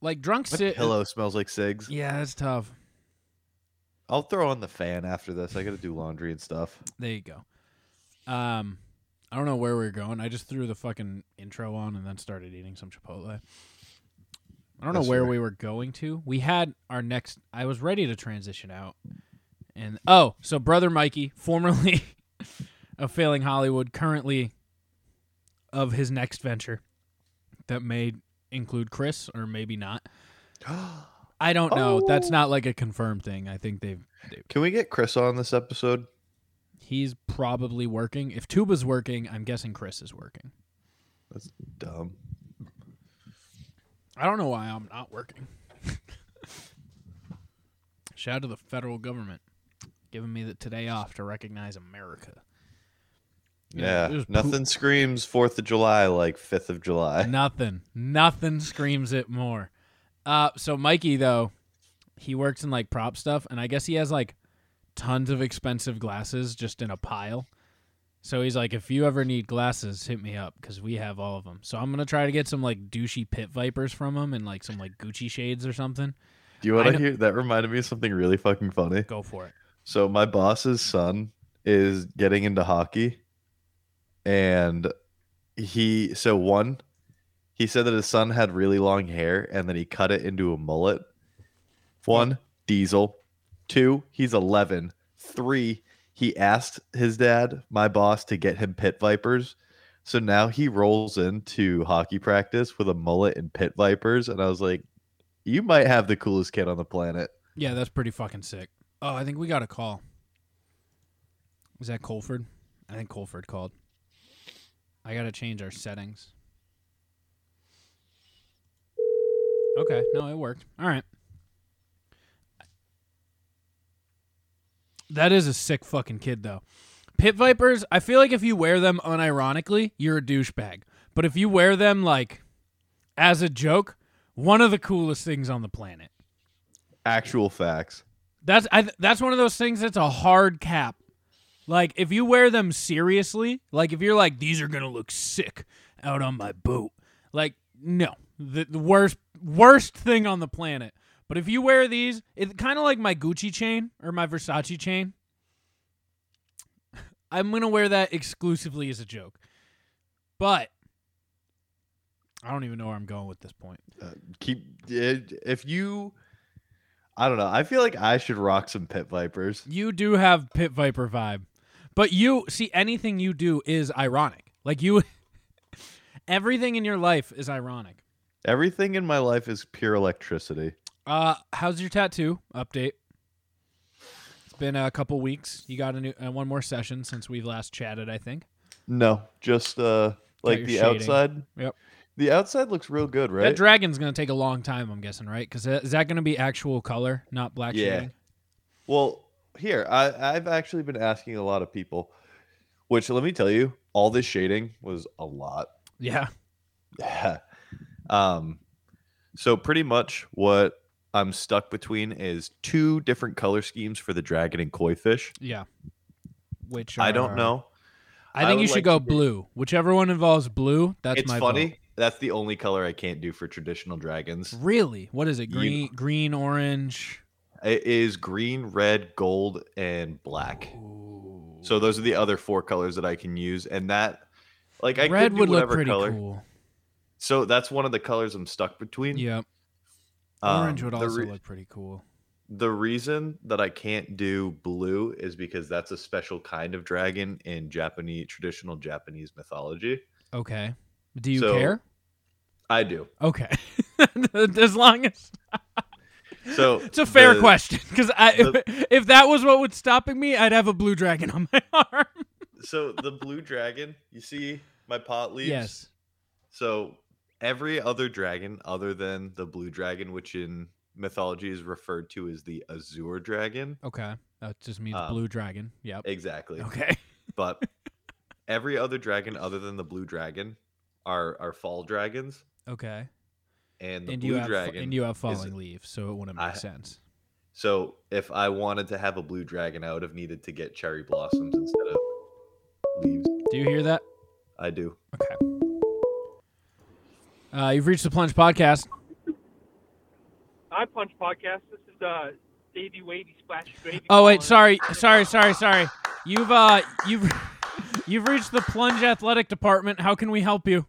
Like Drunk uh, My Sig. pillow smells like cigs. Yeah, that's tough. I'll throw on the fan after this. I got to do laundry and stuff. There you go. Um, I don't know where we are going. I just threw the fucking intro on and then started eating some Chipotle. I don't know That's where right. we were going to. We had our next. I was ready to transition out, and oh, so brother Mikey, formerly [laughs] of failing Hollywood, currently of his next venture that may include Chris or maybe not. I don't know. That's not like a confirmed thing. I think they've Can we get Chris on this episode? He's probably working. If Tuba's working, I'm guessing Chris is working. That's dumb. I don't know why I'm not working. [laughs] Shout out to the federal government giving me the today off to recognize America. You know, Yeah, there's poo- nothing screams Fourth of July like Fifth of July. [laughs] Nothing. Nothing screams it more. Uh, so Mikey though, he works in like prop stuff, and I guess he has like tons of expensive glasses just in a pile. So he's like, if you ever need glasses, hit me up because we have all of them. So I'm gonna try to get some like douchey pit vipers from him and like some like Gucci shades or something. [laughs] Do you want I to know- hear? That reminded me of something really fucking funny. Go for it. So my boss's son is getting into hockey, and he so one, he said that his son had really long hair, and then he cut it into a mullet. One, Diesel. Two, he's eleven. Three, he asked his dad, my boss, to get him pit vipers. So now he rolls into hockey practice with a mullet and pit vipers, and I was like, "You might have the coolest kid on the planet." Yeah, that's pretty fucking sick. Oh, I think we got a call. Is that Colford? I think Colford called. I gotta change our settings. Okay, no, it worked. All right. That is a sick fucking kid, though. Pit Vipers, I feel like if you wear them unironically, you're a douchebag. But if you wear them, like, as a joke, one of the coolest things on the planet. Actual facts. That's I, th- that's one of those things that's a hard cap. Like if you wear them seriously, like if you're like these are gonna look sick out on my boat, like no, the, the worst worst thing on the planet. But if you wear these, it's kind of like my Gucci chain or my Versace chain. I'm gonna wear that exclusively as a joke, but I don't even know where I'm going with this point. Uh, keep it- if you i don't know i feel like i should rock some pit vipers You do have Pit Viper vibe. But you see anything you do is ironic. Like you [laughs] everything in your life is ironic. everything in my life is pure electricity Uh how's your tattoo update? It's been a couple weeks. You got a new uh, one more session since we've last chatted, I think. no just uh like your the shading. outside Yep. the outside looks real good That right dragon's going to take a long time, I'm guessing, right? Cuz is that going to be actual color, not black Yeah. shading? well here i i've actually been asking a lot of people which let me tell you all this shading was a lot Yeah. Yeah. [laughs] Um, so pretty much what I'm stuck between is two different color schemes for the dragon and koi fish. Yeah. Which I don't are- know. I I think would you should like go to do- blue. Whichever one involves blue, that's it's my funny. vote. That's the only color I can't do for traditional dragons. Really? What is it? You- Green, green, orange. It is green, red, gold, and black. So those are the other four colors that I can use, and that, like, I Red could do would look whatever pretty color. cool. So that's one of the colors I'm stuck between. Yeah, Um, orange would the also re- look pretty cool. [laughs] the reason that I can't do blue is because that's a special kind of dragon in Japanese traditional Japanese mythology. Okay. Do you So- care? I do. Okay. [laughs] as long as [laughs] So it's a fair the- question, because I the- if, [laughs] if that was what was stopping me, I'd have a blue dragon on my [laughs] arm. So the blue dragon, you see my pot leaves. Yes. So every other dragon other than the blue dragon, which in mythology is referred to as the azure dragon. Okay. That just means Um, blue dragon. Yep. Exactly. Okay. [laughs] But every other dragon other than the blue dragon are are fall dragons. Okay. And the And blue you have dragon and you have is- falling leaves, so it wouldn't make I- sense. So if I wanted to have a blue dragon, I would have needed to get cherry blossoms instead of leaves. Do you hear that? I do. Okay. Uh, you've reached the plunge podcast. I Punch podcast. This is uh, Davey Wavy Splash Gravy. Oh wait, calling. sorry, sorry, sorry, sorry. You've [laughs] uh, you've You've reached the Plunge Athletic Department. How can we help you?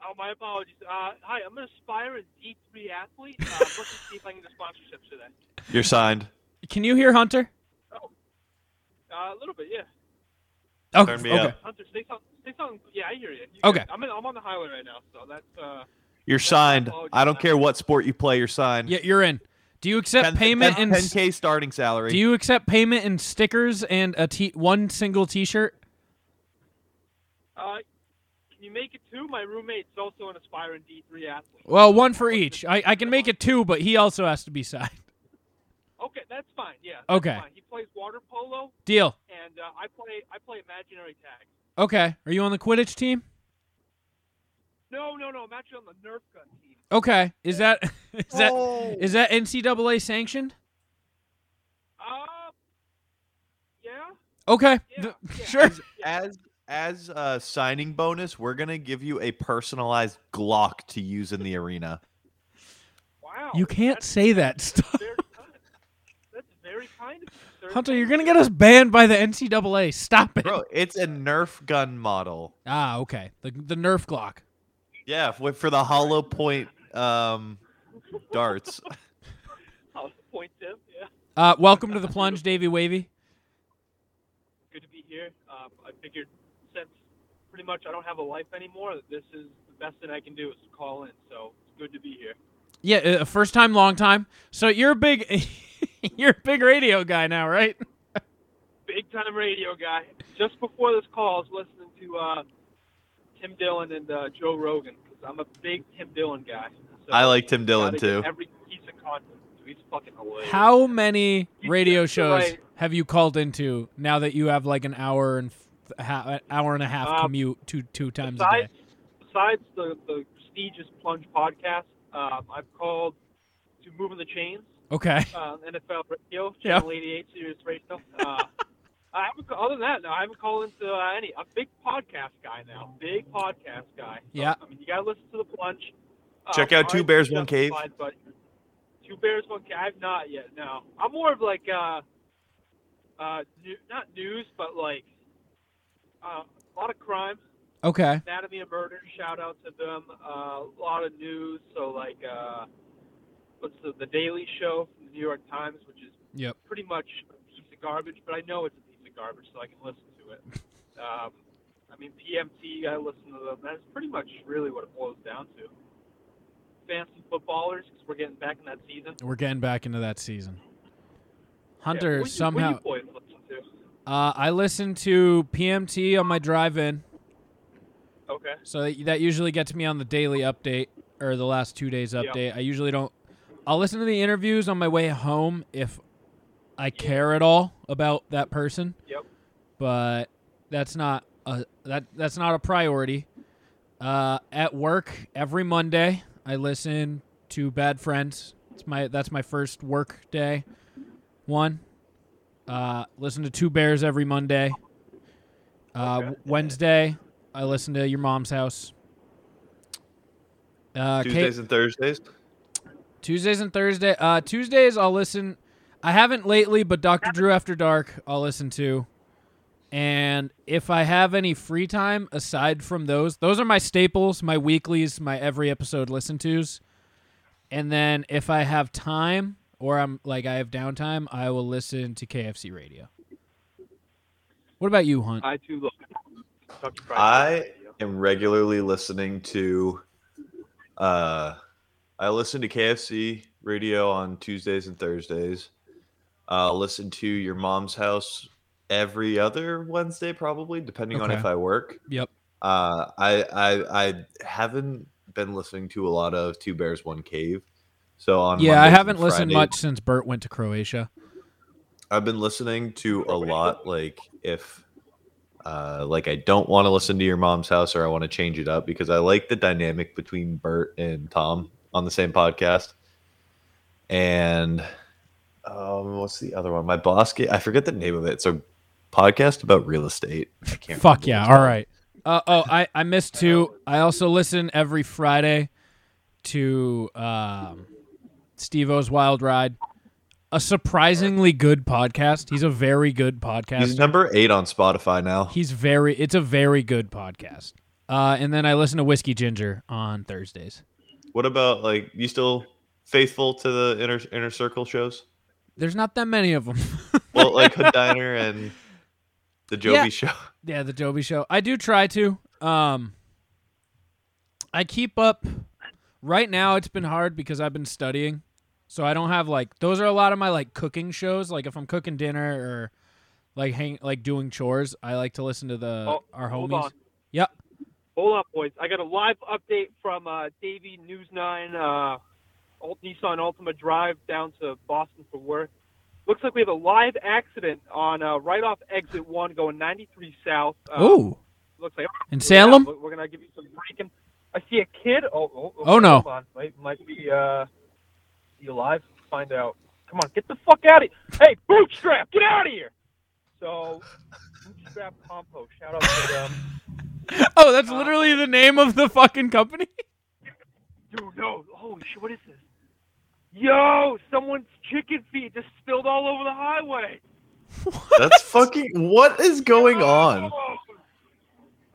Oh, my apologies. Uh, hi, I'm an aspiring D3 athlete. Uh, [laughs] I'm looking to see if I can get a sponsorship today. You're signed. Can you hear Hunter? Uh, a little bit, yeah. Oh, Turn me okay. up. Hunter, say something. Say something. Yeah, I hear you. You Okay. good. I'm, in, I'm on the highway right now, so that's. Uh, You're signed. I don't care what sport you play. You're signed. Yeah, you're in. Do you accept 10, payment in? 10k starting salary. Do you accept payment in stickers and a t- one single T-shirt? uh, can you make it two? My roommate's also an aspiring D3 athlete. Well, one for each. I, I can make it two, but he also has to be signed. Okay, that's fine. Yeah. that's Okay. fine. He plays water polo, Deal. and uh, I play I play imaginary tag. Okay. Are you on the Quidditch team? No, no, no. I'm actually on the Nerf gun team. Okay. Is that [laughs] is that Oh. is that NCAA sanctioned? Uh, yeah. Okay. Yeah, Th- yeah. [laughs] Sure. as as a signing bonus, we're gonna give you a personalized Glock to use in [laughs] the arena. Wow. You can't That's say that stuff. very kind. That's very kind of you, sir. Hunter, Thank you're going to you. get us banned by the NCAA. Stop it. Bro, it's a Nerf gun model. Ah, okay. The the Nerf Glock. Yeah, for for the hollow point um, [laughs] darts. I'll point them. Yeah. Uh, welcome to the plunge, Davy Wavy. Good to be here. Um, I figured since pretty much I don't have a life anymore, that this is the best thing I can do is to call in. So it's good to be here. Yeah, uh, first time, long time. So you're a big, [laughs] you're a big radio guy now, right? Big time radio guy. Just before this call, I was listening to uh, Tim Dillon and uh, Joe Rogan because I'm a big Tim Dillon guy. So I like Tim Dillon, gotta get too. Every piece of content. Dude, He's fucking hilarious. How many You radio just shows right. have you called into now that you have like an hour and f- ha- hour and a half Um, commute two two times a day? besides, besides the, the prestigious Plunge podcast, um, I've called to Moving the Chains, Okay. uh, NFL Radio, [laughs] Yeah. Channel 88 Serious Radio. Uh, [laughs] I haven't, ca- other than that, no, I haven't called into uh, any. I'm a big podcast guy now. Big podcast guy. So, Yeah. I mean, you got to listen to the Plunge. Uh, Check out Two RIP Bears, One Cave. Justified, But two Bears, One Cave. I've not yet, no. I'm more of like, uh, uh, new, not news, but like uh, a lot of crime. Okay. Anatomy of Murder, shout out to them. Uh, a lot of news. So, like, uh, what's the, the Daily Show from the New York Times, which is Yep. pretty much a piece of garbage, but I know it's a piece of garbage, so I can listen to it. Um, I mean, PMT, I listen to them. That's pretty much really what it boils down to. Fantasy footballers, because we're getting back in that season. We're getting back into that season. Yeah, Hunter what do you- somehow. What do you boys listen Uh, I listen to PMT on my drive in, to? Okay. so that, that usually gets me on the daily update or the last two days Yeah. update. I usually don't. I'll listen to the interviews on my way home if I care at all about that person. Yep. but that's not a that that's not a priority. Uh, at work every Monday, I listen to Bad Friends. It's my that's my first work day. One, uh, listen to Two Bears every Monday. Uh, Okay. Wednesday, I listen to Your Mom's House. Uh, Kate- Tuesdays and Thursdays. Tuesdays and Thursday. Uh, Tuesdays I'll listen. I haven't lately, but Doctor Drew After Dark I'll listen to. And if I have any free time aside from those, those are my staples, my weeklies, my every episode listen tos. And then if I have time or I'm like I have downtime, I will listen to KFC Radio. What about you, Uh, Hunt? I, too, look. Kentucky Fried I- Chicken Radio. am regularly listening to uh I listen to KFC radio on Tuesdays and Thursdays. Uh listen to your mom's house every other Wednesday probably depending on Okay. if I work. Yep. Uh I I I haven't been listening to a lot of Two Bears One Cave. So on yeah, I Mondays and haven't listened Fridays- much since Bert went to Croatia. I've been listening to a lot. Like if, uh, like I don't want to listen to your mom's house, or I want to change it up because I like the dynamic between Bert and Tom on the same podcast. And um, what's the other one? My boss gave I forget the name of it. It's a podcast about real estate. I can't. Fuck remember yeah! what it's All right. Uh, oh, I I [laughs] missed two. I also listen every Friday to um, Steve O's Wild Ride. a surprisingly good podcast. He's a very good podcast. He's number eight on Spotify now. He's very. It's a very good podcast. Uh, and then I listen to Whiskey Ginger on Thursdays. What about like you still faithful to the inner inner circle shows? There's not that many of [laughs] them. Well, like Hood Diner and the Joby [laughs] Yeah. Show. [laughs] yeah, the Joby Show. I do try to. Um, I keep up. Right now, it's been hard because I've been studying, so I don't have like those are a lot of my like cooking shows. Like if I'm cooking dinner or like hang like doing chores, I like to listen to the Oh, our hold homies. on. Yep. Hold on, boys. I got a live update from uh, Davey News 9, uh, Alt Nissan Altima Drive down to Boston for work. Looks like we have a live accident on uh, right off exit 1 going 93 south. Uh, Ooh, Looks like In Salem? Yeah, we're- we're gonna give you some breaking. I see a kid. Oh, oh, oh, Oh, no. hold on. Might, might be uh, he alive? Find out. Come on, get the fuck out of here! Hey, bootstrap, get out of here! So, bootstrap compost. Shout out to them. [laughs] Oh, that's Uh, literally the name of the fucking company. Dude, no! Holy shit! What is this? Yo, someone's chicken feet just spilled all over the highway. That's fucking. What is going on? Oh!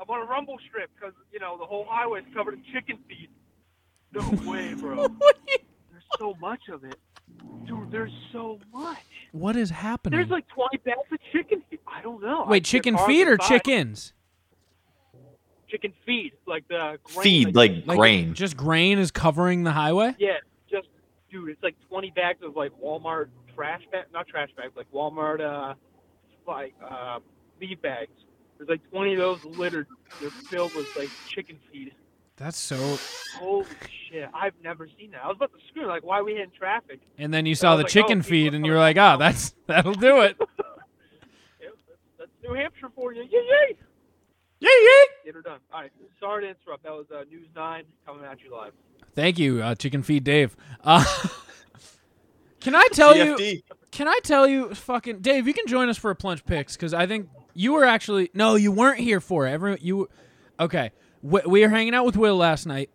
I'm on a rumble strip because you know the whole highway's covered in chicken feet. [laughs] No way, bro. There's so much of it. Dude, there's so much. What is happening? There's like 20 bags of chicken feet. I don't know. I Wait, can't chicken hardly feet or find- chickens? Chicken feed, like the grain, Feed like Like, grain. Just grain is covering the highway? Yeah, just dude, it's like 20 bags of like Walmart trash bag, not trash bags, like Walmart uh like uh leaf bags. There's like 20 of those littered. They're filled with like chicken feed. That's so. Holy shit! I've never seen that. I was about to scream like, why are we in traffic? And then you saw was the like, oh, chicken people feed are and coming you were like, ah, that's [laughs] that'll do it. Yeah, that's- That's New Hampshire for you. Yay, yay! Yay, yay. Get her done. All right. Sorry to interrupt. That was uh, News 9 coming at you live. Thank you, uh, chicken feed Dave. Uh, [laughs] can I tell you? TFD. Can I tell you, fucking Dave? You can join us for a plunge picks because I think you were actually no, you weren't here for it. Everyone, you okay? We, we were hanging out with Will last night,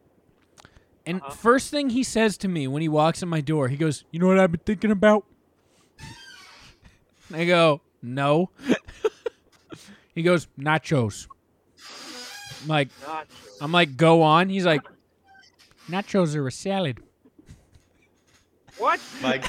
and Uh-huh. first thing he says to me when he walks in my door, he goes, "You know what I've been thinking about?" [laughs] And I go, "No." he goes, "Nachos." I'm like, Not I'm like, "Go on." He's like, "Nachos are a salad." What? [laughs] Mike,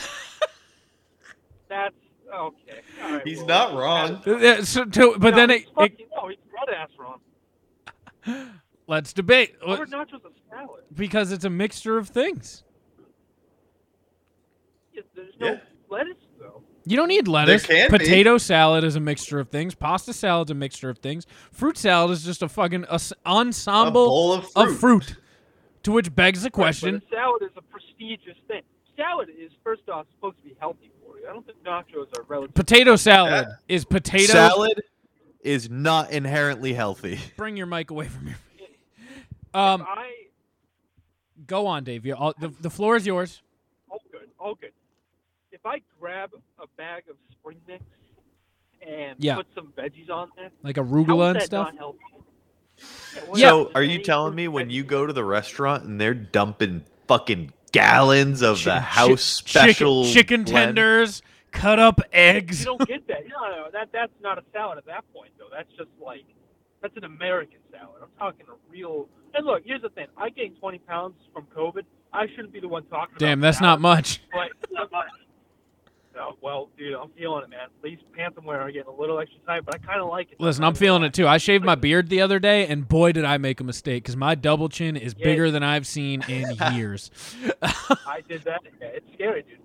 That's okay. All right, he's well, not wrong. Uh, uh, so- to- but No, then he's it, it- fucking, no, he's red ass wrong. let's debate Why were nachos a salad? because it's a mixture of things. Yeah, There's no Yeah. lettuce though. You don't need lettuce. can be. Potato salad is a mixture of things. Pasta salad's a mixture of things. Fruit salad is just a fucking os- A ensemble bowl of fruit. fruit. To which begs the Right, question: but a salad is a prestigious thing. Salad is first off supposed to be healthy for you. I don't think nachos are relative. Potato salad is potato. Salad is not inherently healthy. Bring your mic away from your. If Um, I go on, Dave. You- all- the, the floor is yours. all good, all good. If I grab a bag of spring mix and Yeah. put some veggies on there, Like how arugula is and that stuff. not healthy? Yeah, what Yeah. So, else? are you Any telling fruit me when veggies? you go to the restaurant and they're dumping fucking gallons of the Chi- chi- house chicken- special chicken, blend? tenders, cut up you eggs. don't get that. No, no, that that's not a salad at that point though. That's just like that's an American salad. I'm talking a real. And look, here's the thing. I gained 20 pounds from COVID. I shouldn't be the one talking. Damn, about that's not salads, much. But, [laughs] oh, well, dude, I'm feeling it, man. These pants I'm wearing are getting a little extra tight, but I kind of like it. Listen, I'm feeling it too. I shaved my beard the other day, and boy, did I make a mistake because my double chin is Yeah. bigger than I've seen in [laughs] years. [laughs] I did that. Yeah, it's scary, dude.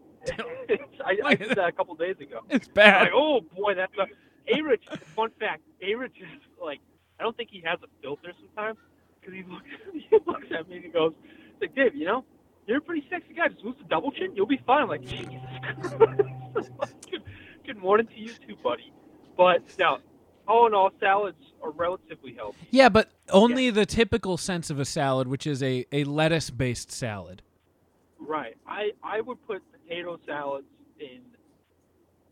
It's- I, I Look at did that a couple days ago. It's I'm bad. like, oh boy, that's a A Rich. Fun fact: A Rich is like, I don't think he has a filter sometimes because he looks, [laughs] he looks at me and he goes, he's like, Dave, you know, you're a pretty sexy guy. Just lose the double chin, you'll be fine. I'm like, Jesus [laughs] Christ. good, good morning to you too, buddy. But now, all in all, salads are relatively healthy. Yeah, but only the typical sense of a salad, which is a, a lettuce based salad. Right. I I would put potato salads in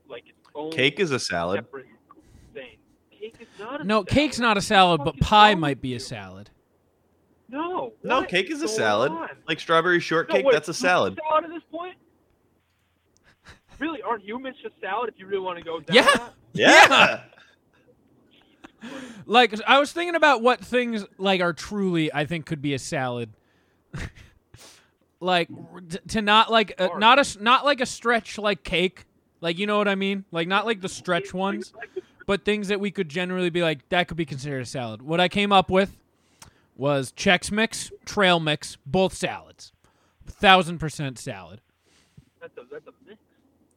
like its own Cake is a salad. separate thing. Cake is not a No, salad. cake's not a What the salad, fuck but is pie wrong might with be a you? salad. No. No, what cake is a going salad. on? Like strawberry No, shortcake, what, that's a fruit salad. Salad at this point. Really, aren't humans just salad? If you really want to go down Yeah. that, Yeah. Like I was thinking about what things like are truly I think could be a salad. [laughs] like t- to not like a, not a s- not like a stretch like cake. Like you know what I mean? Like not like the stretch ones, but things that we could generally be like that could be considered a salad. What I came up with was Chex Mix, Trail Mix, both salads. 1000% salad. [laughs] that's a that's a mix.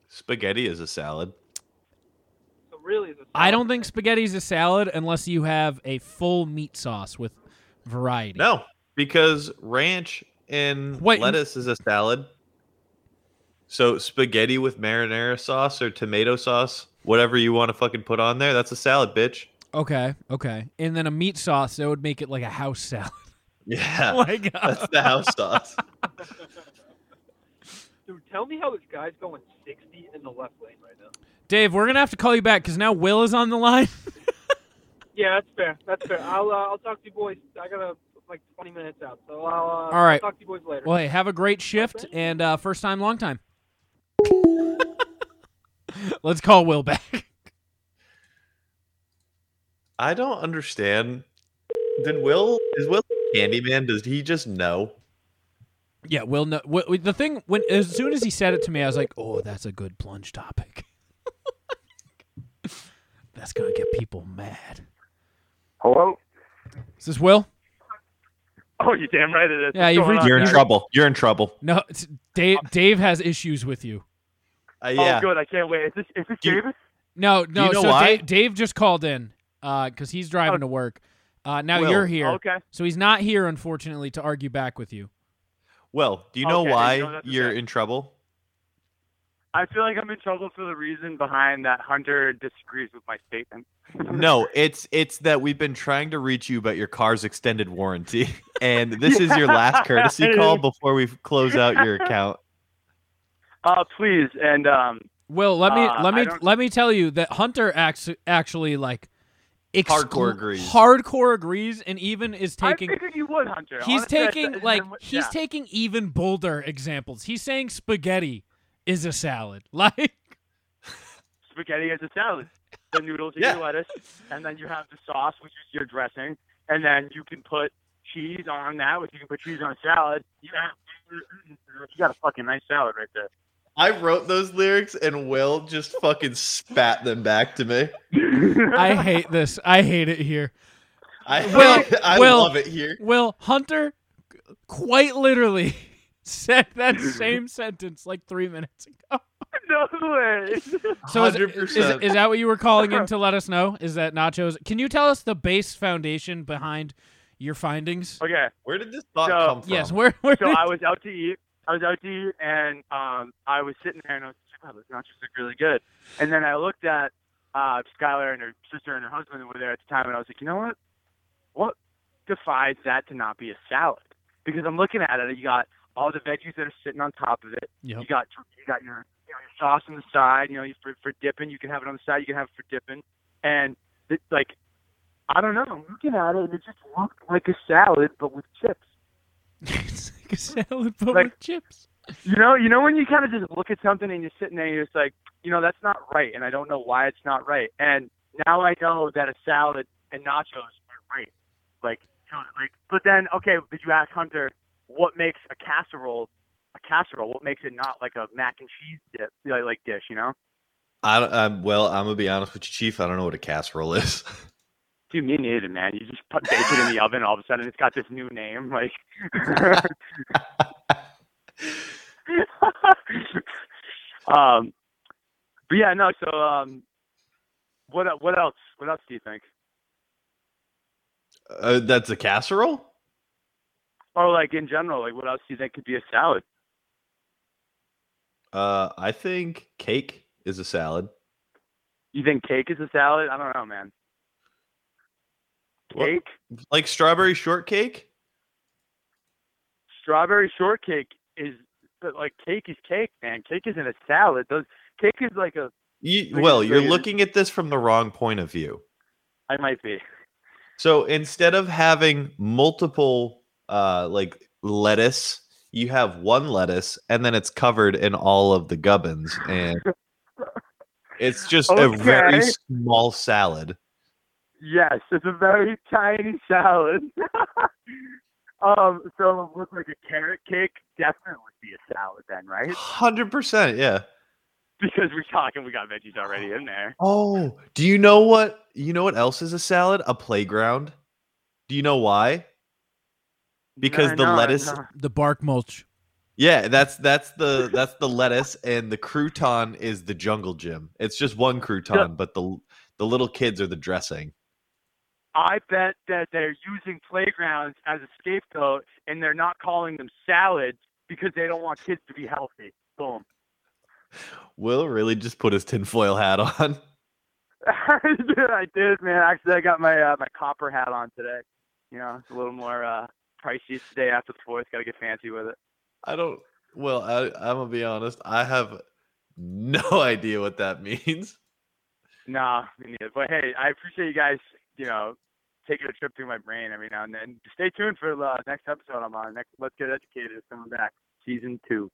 Spaghetti is a salad. So really, it's a I don't salad. think spaghetti's a salad unless you have a full meat sauce with variety. No, because ranch and Wait, n- lettuce is a salad. So spaghetti with marinara sauce or tomato sauce, whatever you want to fucking put on there, that's a salad, bitch. Okay, okay. And then a meat sauce that would make it like a house salad. [laughs] Yeah. oh my god. That's the house sauce. [laughs] Dude, tell me how this guy's going 60 in the left lane right now. [laughs] Dave, we're gonna have to call you back because now Will is on the line. [laughs] Yeah, that's fair. That's fair. I'll uh, I'll talk to you boys. I gotta like 20 minutes out, so I'll, uh, All right. talk to you boys later. well, hey, [laughs] have a great shift and uh, first time, long time. [laughs] Let's call Will back. [laughs] I don't understand. Did Will is Will Candyman? Does he just know? Yeah, Will. No, Will, the thing when as soon as he said it to me, I was like, "Oh, that's a good plunge topic." [laughs] that's gonna get people mad. Hello? Is this Will? Oh, you damn right it is. Yeah, you've going reached. on? Uh, You're in you've- trouble. You're in trouble. No, it's, Dave. Dave has issues with you. Uh, Oh, yeah. good. I can't wait. Is this, is this You- Davis? No, no. you know so why? Dave, Dave just called in because he's driving to work. Uh, now Will. you're here, Oh. okay. so he's not here, unfortunately, to argue back with you. Well, do you know Okay, why you know, that's a you're fact. [laughs] in trouble? I feel like I'm in trouble for the reason behind that Hunter disagrees with my statement. No, it's it's that we've been trying to reach you about your car's extended warranty, [laughs] and this is your last courtesy [laughs] call before we close out your account. Uh, please. And um, Will, let me Uh, let I me don't- let me tell you that Hunter acts, actually like exclu- Hardcore agrees. hardcore agrees, and even is I taking. figured you would, Hunter. He's Honestly, I- taking like yeah. he's taking even bolder examples. He's saying spaghetti is a salad. [laughs] Like spaghetti as a salad. The noodles, Yeah. and your lettuce, and then you have the sauce, which is your dressing, and then you can put cheese on that, which you can put cheese on a salad. You, have, you got a fucking nice salad right there. [laughs] I wrote those lyrics, and Will just fucking spat them back to me. I hate this. I hate it here. I Will, I Will. love it here. Well, Hunter quite literally [laughs] said that same sentence like three minutes ago. no way. So is, is, 100%. is that what you were calling in to let us know? Is that nachos? Can you tell us the base foundation behind your findings? okay. Where did this thought So- come from? Yes, where where so did- I was out to eat. I was out to eat, and um, I was sitting there, and I was like, "Wow, those nachos look really good." And then I looked at uh, Skylar and her sister and her husband were there at the time, and I was like, "You know what? What defies that to not be a salad?" Because I'm looking at it, you got all the veggies that are sitting on top of it. Yep. You got you got your you know, your sauce on the side. You know, you- for for dipping, you can have it on the side. You can have it for dipping, and it, like I don't know, I'm looking at it, and it just looked like a salad, but with chips. it's like a [laughs] salad but Like- with chips. You know, you know when you kind of just look at something and you're sitting there, and you're just like, you know, that's not right, and I don't know why it's not right. And now I know that a salad and nachos are right. Like, you know, like, but then okay, but you ask Hunter, what makes a casserole a casserole? What makes it not like a mac and cheese dip, like, like dish? You know? I don't, I'm, well, I'm gonna be honest with you, Chief. I don't know what a casserole is. [laughs] Dude, me neither, man. You just put bake it in the oven, all of a sudden it's got this new name. Like, um, but yeah, no. So, um, what el- what else? What else do you think? Uh, that's a casserole. Or like in general, like what else do you think could be a salad? Uh, I think cake is a salad. You think cake is a salad? I don't know, man. What- Cake, Like strawberry shortcake. strawberry shortcake is, but like cake is cake, man. Cake isn't a salad. Those cake is like a. You, Like a well, you're square. looking at this from the wrong point of view. I might be. So instead of having multiple uh like lettuce, you have one lettuce and then it's covered in all of the gubbins and It's just a very Okay. small salad. Yes, it's a very tiny salad. [laughs] um, so it looks like a carrot cake. Definitely would be a salad then, right? Hundred percent, yeah. Because we're talking, we got veggies already in there. Oh, do you know what? You know what else is a salad? A playground. Do you know why? Because No, the no, lettuce. no. The bark [laughs] mulch. Yeah, that's that's the that's the lettuce, and the crouton is the jungle gym. It's just one crouton, but the the little kids are the dressing. I bet that they're using playgrounds as a scapegoat, and they're not calling them salads because they don't want kids to be healthy. Boom. [laughs] Will really just put his tinfoil hat [laughs] on. Dude, I did, man. Actually, I got my uh, my copper hat on today. You know, it's a little more uh, pricey today after the fourth. Got to get fancy with it. I don't. Well, I, I'm gonna be honest. I have no [laughs] idea what that means. Nah, me neither. But hey, I appreciate you guys, you know, taking a trip through my brain every now and then. Stay tuned for the next episode I'm on. Next, Let's Get Educated is coming back, season two.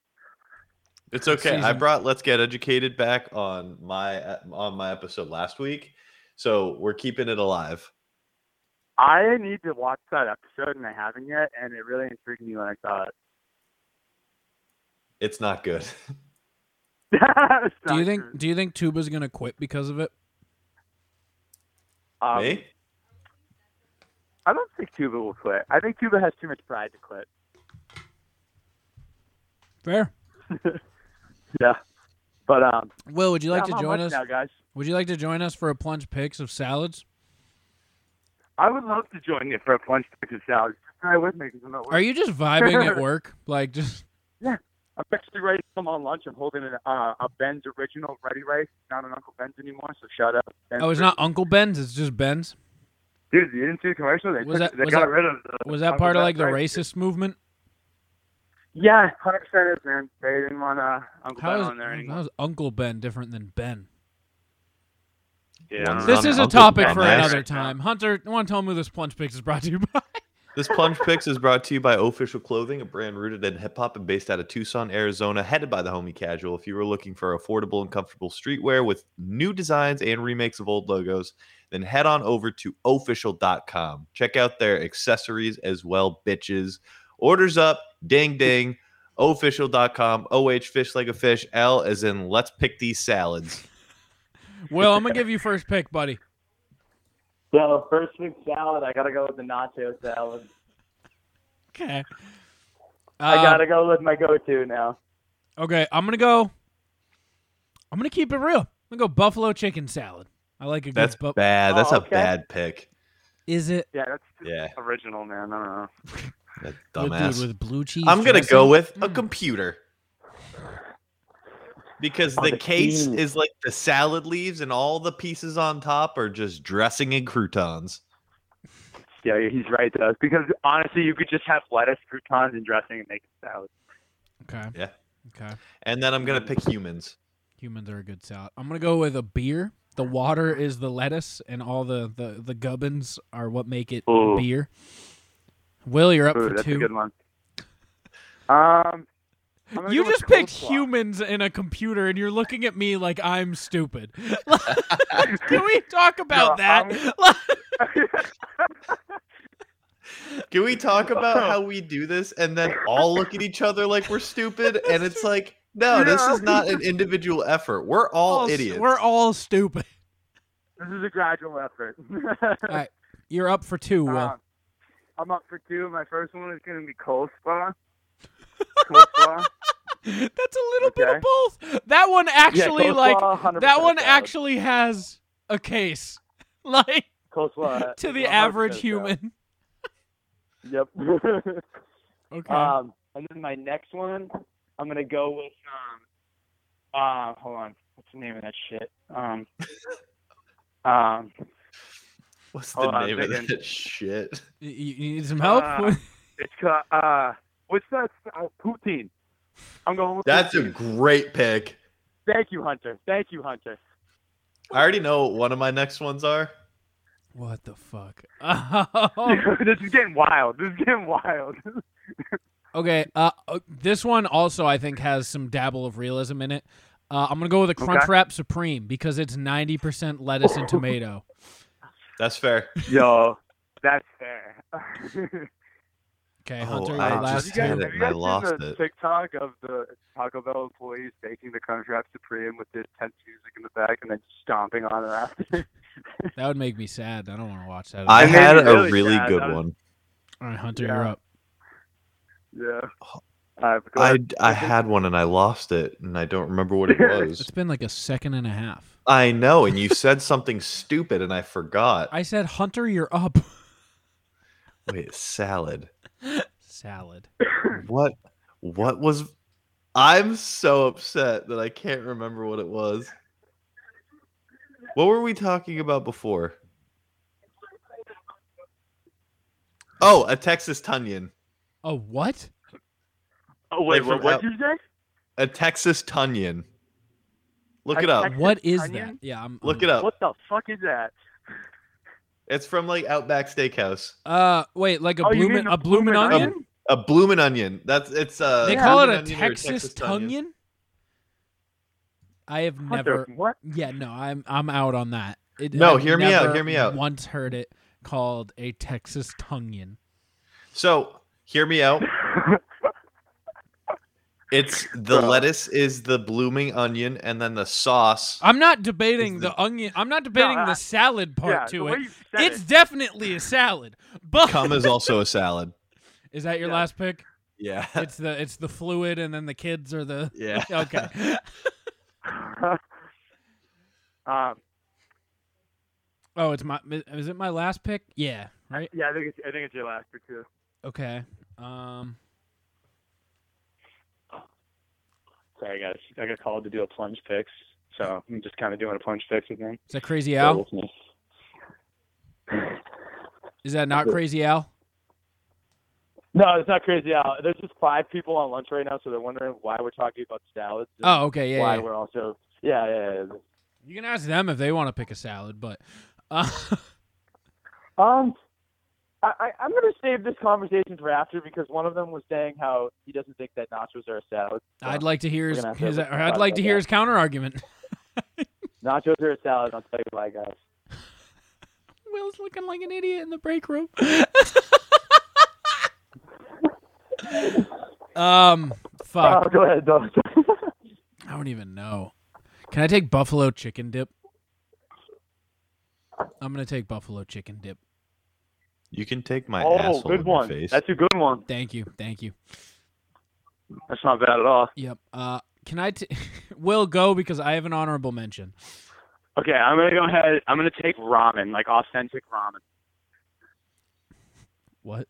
It's okay. I season. brought "Let's Get Educated" back on my uh, on my episode last week, so we're keeping it alive. I need to watch that episode, and I haven't yet, and it really intrigued me when I saw it. It's not good. [laughs] It's Do you not think true. do you think Tuba's gonna quit because of it? Um, Me? I don't think Cuba will quit. I think Cuba has too much pride to quit. Fair. Yeah. But um, Will, would you like yeah, I'm to on join lunch us? now, guys. Would you like to join us for a plunge picks of salads? I would love to join you for a lunch because salad. Just try with me because I'm not Are you just vibing [laughs] at work? Like just I'm actually ready to come on lunch. I'm holding an, uh, a Ben's original ready rice, not an Uncle Ben's anymore. So shout out. Ben's Oh, it's not Uncle Ben's, it's just Ben's. Dude, you didn't see the commercial? They, Was took- that- [laughs] they was got that- rid of. The, Was Uncle that part of Ben's like the rice. racist movement? Yeah, hundred percent is man. They didn't want uh, Uncle How Ben is, on there anymore. how is Uncle Ben different than Ben? Yeah, This Not is a Uncle topic for Ben. [laughs] another time. Hunter, one tell me this plunge picks is brought to you by [laughs] This plunge picks is brought to you by Official Clothing, a brand rooted in hip hop and based out of Tucson, Arizona, headed by the homie Casual. If you were looking for affordable and comfortable streetwear with new designs and remakes of old logos, then head on over to official.com. Check out their accessories as well, bitches. Orders up, ding ding. Official.com, OH fish like a fish, L as in let's pick these salads. Will, I'm gonna give you first pick, buddy. So first week salad, I gotta go with the nacho salad. Okay. Uh, I gotta go with my go-to now. Okay, I'm gonna go. I'm gonna keep it real. I'm gonna go buffalo chicken salad. I like a That's good bu- bad. That's Oh, a okay. bad pick. Is it Yeah, that's just Yeah, original, man. I don't know. [laughs] that with, dumbass. dude, with blue cheese? I'm gonna dressing? go with a Mm. computer because Oh, the the cheese. case is like the salad leaves, and all the pieces on top are just dressing and croutons. Yeah, he's right though. Because honestly, you could just have lettuce, croutons, and dressing and make a salad. Okay. Yeah. Okay. And then I'm gonna pick humans. Humans are a good salad. I'm gonna go with a beer. The water is the lettuce, and all the the the gubbins are what make it Ooh. beer. Will, you're up Ooh, for that's two. a good one. Um, I'm gonna You go with just picked coleslaw. humans in a computer, and you're looking at me like I'm stupid. [laughs] Can we talk about No, that? I'm- [laughs] Can we talk [laughs] about how we do this and then all look at each other like [laughs] we're stupid? And it's like, no, this is Yeah. not an individual effort. We're all s- idiots. We're all stupid. This is a gradual effort. [laughs] right, You're up for two, Will. Um, I'm up for two. My first one is gonna be coleslaw. [laughs] coleslaw. That's a little bit Okay. of both. That one actually coleslaw, like 100% that one salad. actually has a case. [laughs] Like [laughs] [laughs] Coleslaw to is the 100% average salad. human. [laughs] Yep. Okay. Um, and then my next one, I'm gonna go with um, uh, hold on, what's the name of that shit? [laughs] Um, um, What's the hold on, I'm name of thinking. that shit? you, you need some help? uh, it's called uh, what's that? Uh, poutine. I'm going with That's a poutine. great pick. Thank you, Hunter. Thank you, Hunter. I already know what one of my next [laughs] ones are. what the fuck? [laughs] Oh. this is getting wild. [laughs] This is getting wild. okay. Uh, uh, this one also I think has some dabble of realism in it. Uh, I'm gonna go with a Okay. Crunchwrap Supreme because it's 90% lettuce [laughs] and tomato. That's fair. Yo, [laughs] that's fair. Okay, Oh, Hunter, I your just last had two. it. have you and I guys lost seen the it. TikTok of the Taco Bell employees baking the Crunchwrap Supreme with the intense music in the back and then stomping on it after? That would make me sad. I don't want to watch that. I It made had me a really really sad. good That was- one. All right, Hunter, Yeah. you're up. yeah. All right, but go I ahead. I had one and I lost it and I don't remember [laughs] what it was. It's been like a second and a half. I know, and you said something stupid and I forgot. I said, Hunter, you're up. Wait, salad. Salad. What what was I'm so upset that I can't remember what it was. What were we talking about before? Oh, a Texas Tunyon. A what? Oh wait, Like what from what out- you say? A Texas Tunyon. Look A it up. Tex- What is that? onion? Yeah, I'm Look I'm- it up. What the fuck is that? It's from like Outback Steakhouse. Uh, wait, like a Oh, you mean bloomin' the a bloomin' bloomin' onion? onion? A bloomin' onion. That's it's uh They Yeah. call it bloomin' a onion or Texas Tunyon. Tunyon. I have Hunter, never. what? Yeah, no, I'm I'm out on that. It, No, I've hear me out, never hear me out. Once heard it called a Texas Tunyon. So hear me [laughs] out. It's the Bro. lettuce is the blooming onion, and then [laughs] the sauce. I'm not debating Is the it- onion. I'm not debating I- the salad part yeah, the to way it. you said It's it. definitely a salad. But Cum is also a salad. [laughs] is that your Yeah. last pick? Yeah, It's the it's the fluid, and then the kids are the yeah. [laughs] okay. [laughs] um, Oh, it's my is it my last pick? Yeah, right. yeah, I think it's I think it's your last or two. Okay. Um, Sorry, guys. I got called to do a plunge fix, so I'm just kind of doing a plunge fix with them. is that Crazy Al? Is that not Crazy Al? No, it's not crazy. Al. There's just five people on lunch right now, so they're wondering why we're talking about salads. and Oh, okay, yeah. why yeah. we're also yeah, yeah, yeah. You can ask them if they want to pick a salad, but uh, [laughs] Um, I, I I'm gonna save this conversation for after because one of them was saying how he doesn't think that nachos are a salad. So I'd like to hear We're his, gonna have to his have a Uh, I'd talk like to about hear that. his counter argument. nachos are a salad. I'll tell you why, guys. Will's looking like an idiot in the break [laughs] room. um, fuck. Oh, go ahead, though. [laughs] I don't even know. Can I take buffalo chicken dip? I'm gonna take buffalo chicken dip. You can take my oh, asshole good in your one. face. That's a good one. Thank you, thank you. That's not bad at all. Yep. Uh, can I? T- [laughs] Will go because I have an honorable mention. Okay, I'm gonna go ahead. I'm gonna take ramen, like authentic ramen, What?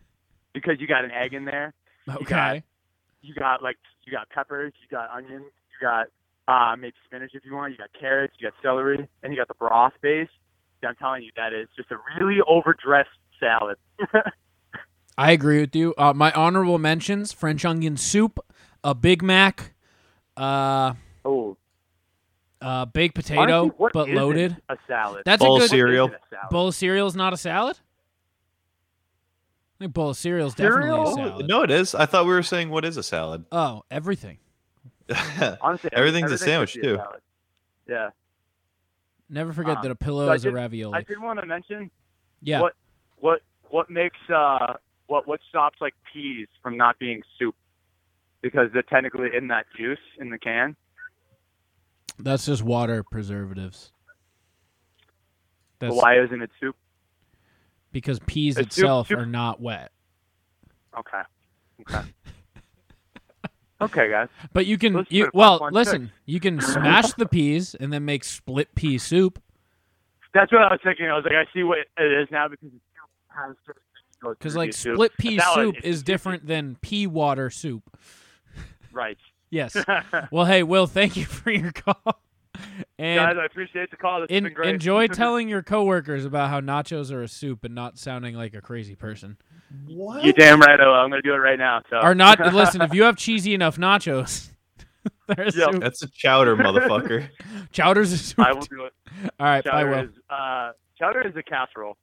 [laughs] because you got an egg in there. got Okay. You got like you got peppers. You got onions. You got uh, maybe spinach if you want. You got carrots. You got celery, and you got the broth base. I'm telling you, that is just a really overdressed salad. [laughs] I agree with you. Uh, my honorable mentions: French onion soup, a Big Mac, uh, Oh, uh, baked potato Honestly, what but isn't loaded. A salad. That's Bowl a of good What cereal. isn't a salad? bowl of cereal. Is not a salad. I think bowl of cereal is definitely a Cereal? salad. No, it is. I thought we were saying what is a salad. [laughs] Oh, everything. Honestly, Everything's a everything should sandwich, be a too. salad. Yeah. Never forget Um, that a pillow so I is a did- ravioli. I did want to mention yeah. what what what makes uh what what stops like peas from not being soup because they're technically in that juice in the can. That's just water preservatives. But That's why isn't it soup? because peas It's soup- itself soup- are not wet. Okay. Okay. okay, guys. But you can Let's you put it well, back on listen, you [laughs] can smash the peas and then make split pea soup That's what I was thinking. I was like, I see what it is now because it still has certain things that go cuz through like the soup. split A pea salad soup is different than pea water soup. right. Yes. [laughs] guys, well, hey, Will, thank you [laughs] for your call. And I appreciate the call. This has en- been great. [laughs] enjoy telling your coworkers about how nachos are a soup and not sounding like a crazy person. What? You damn right I will. I'm gonna do it right now. So Are not [laughs] listen, if you have cheesy enough nachos, [laughs] there's Yep. soup. That's a chowder, motherfucker. [laughs] Chowder's a soup. I will do it. All right, bye, Chowder Will. is uh, chowder is a casserole.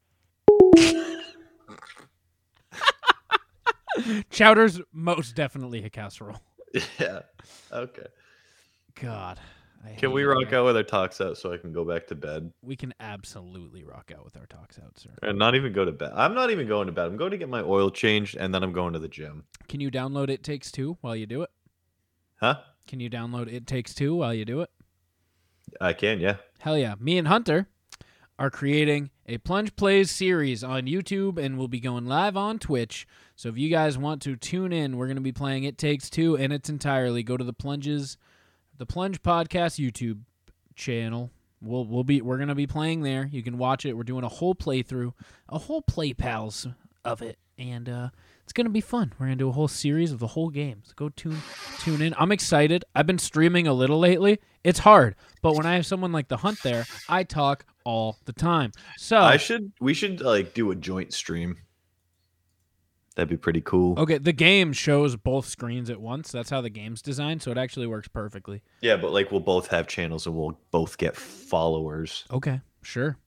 [laughs] Chowder's most definitely a casserole. [laughs] yeah. Okay. God. I hate Can we it rock here. out with our talks out so I can go back to bed We can absolutely rock out with our talks out, sir. and not even go to bed? I'm not even going to bed. I'm going to get my oil changed and then I'm going to the gym. Can you download It Takes Two while you do it? Huh? Can you download It Takes Two while you do it? I can, yeah. Hell yeah. Me and Hunter are creating a Plunge Plays series on YouTube and we'll be going live on Twitch. So if you guys want to tune in, we're going to be playing It Takes Two and its entirely. Go to the Plunges, the Plunge Podcast YouTube channel. We'll, we'll be we're gonna be playing there. You can watch it. We're doing a whole playthrough, a whole play pals of it, and uh, it's gonna be fun. We're gonna do a whole series of the whole game. So go tune tune in. I'm excited. I've been streaming a little lately. It's hard, but when I have someone like the Hunt there, I talk all the time. So I should we should like do a joint stream. That'd be pretty cool. okay, the game shows both screens at once. That's how the game's designed, so it actually works perfectly. Yeah, but like we'll both have channels and we'll both get followers. Okay, sure.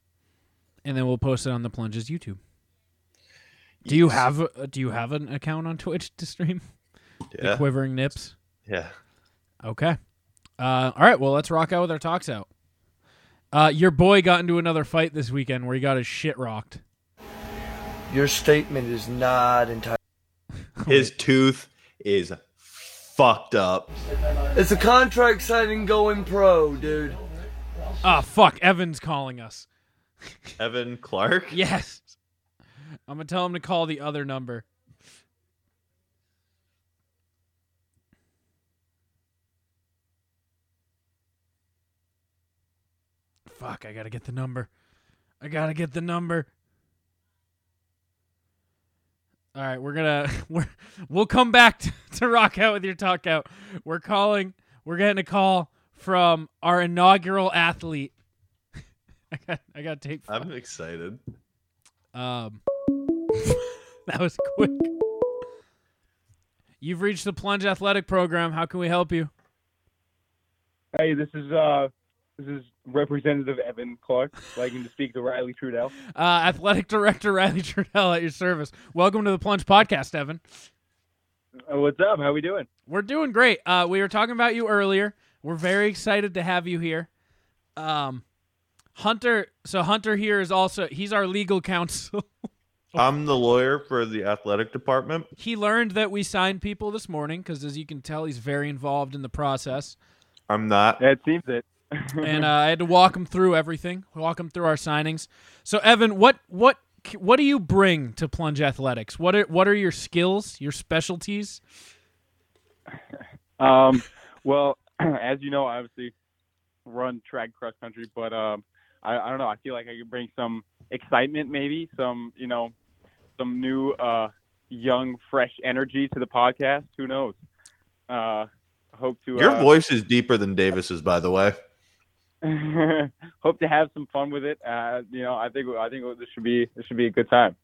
And then we'll post it on the Plunges YouTube. Do you have a, do you have an account on Twitch to stream? The Yeah. Quivering Nips. Yeah. Okay. Uh, all right. Well, let's rock out with our talks out. Uh, your boy got into another fight this weekend where he got his shit rocked. Your statement is not entirely. [laughs] His tooth is fucked up. It's a contract signing going pro, dude. Ah, fuck. Evan's calling us. Evan [laughs] Clark? Yes. I'm gonna tell him to call the other number. Fuck, I gotta get the number. I gotta get the number. All right, we're gonna [laughs] we're we'll come back [laughs] to, to rock out with your talk out. We're calling. We're getting a call from our inaugural athlete. I got I got to take. I'm excited. Um, [laughs] that was quick. You've reached the Plunge Athletic Program. How can we help you? Hey, this is uh, this is Representative Evan Clark. Liking to speak to Riley Trudell. Uh, Athletic Director Riley [laughs] Trudell at your service. Welcome to the Plunge Podcast, Evan. Uh, What's up? How we doing? We're doing great. Uh, we were talking about you earlier. We're very excited to have you here. Um, Hunter. So Hunter here is also he's our legal counsel. I'm the lawyer for the athletic department. he learned that we signed people this morning because, as you can tell, he's very involved in the process. I'm not. That seems it. [laughs] and uh, I had to walk him through everything, walk him through our signings. So, Evan, what what what do you bring to Plunge Athletics? What are what are your skills, your specialties? Um, well, [clears throat] as you know, I obviously run track cross country, but um, I, I don't know. I feel like I could bring some excitement, maybe some you know, some new uh, young, fresh energy to the podcast. Who knows? Uh, hope to Your uh, voice is deeper than Davis's, by the way. [laughs] hope to have some fun with it. Uh, you know, I think I think this should be this should be a good time.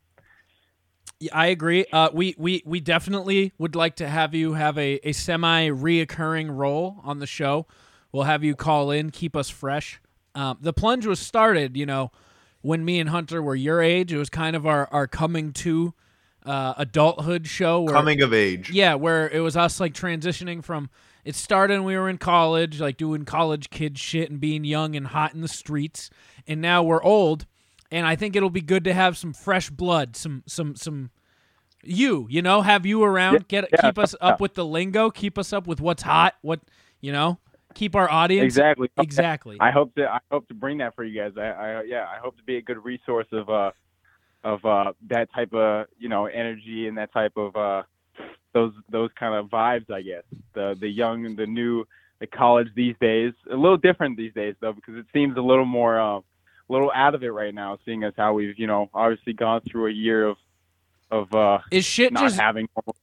Yeah, I agree. Uh, we we we definitely would like to have you have a a semi reoccurring role on the show. We'll have you call in, keep us fresh. Um, the plunge was started, you know, when me and Hunter were your age. It was kind of our our coming to uh, adulthood show. Where, Coming of age. Yeah, where it was us like transitioning from it started when we were in college, like doing college kid shit and being young and hot in the streets, and now we're old, and I think it'll be good to have some fresh blood, some some some you, you know, have you around, get yeah, keep us up with the lingo, keep us up with what's hot, what you know, keep our audience Exactly. exactly. I hope to I hope to bring that for you guys. I, I yeah, I hope to be a good resource of uh of uh that type of you know energy and that type of uh those those kind of vibes. I guess the the young and the new the college these days a little different these days though because it seems a little more uh, a little out of it right now. Seeing as how we've you know obviously gone through a year of of uh Is shit not just having normal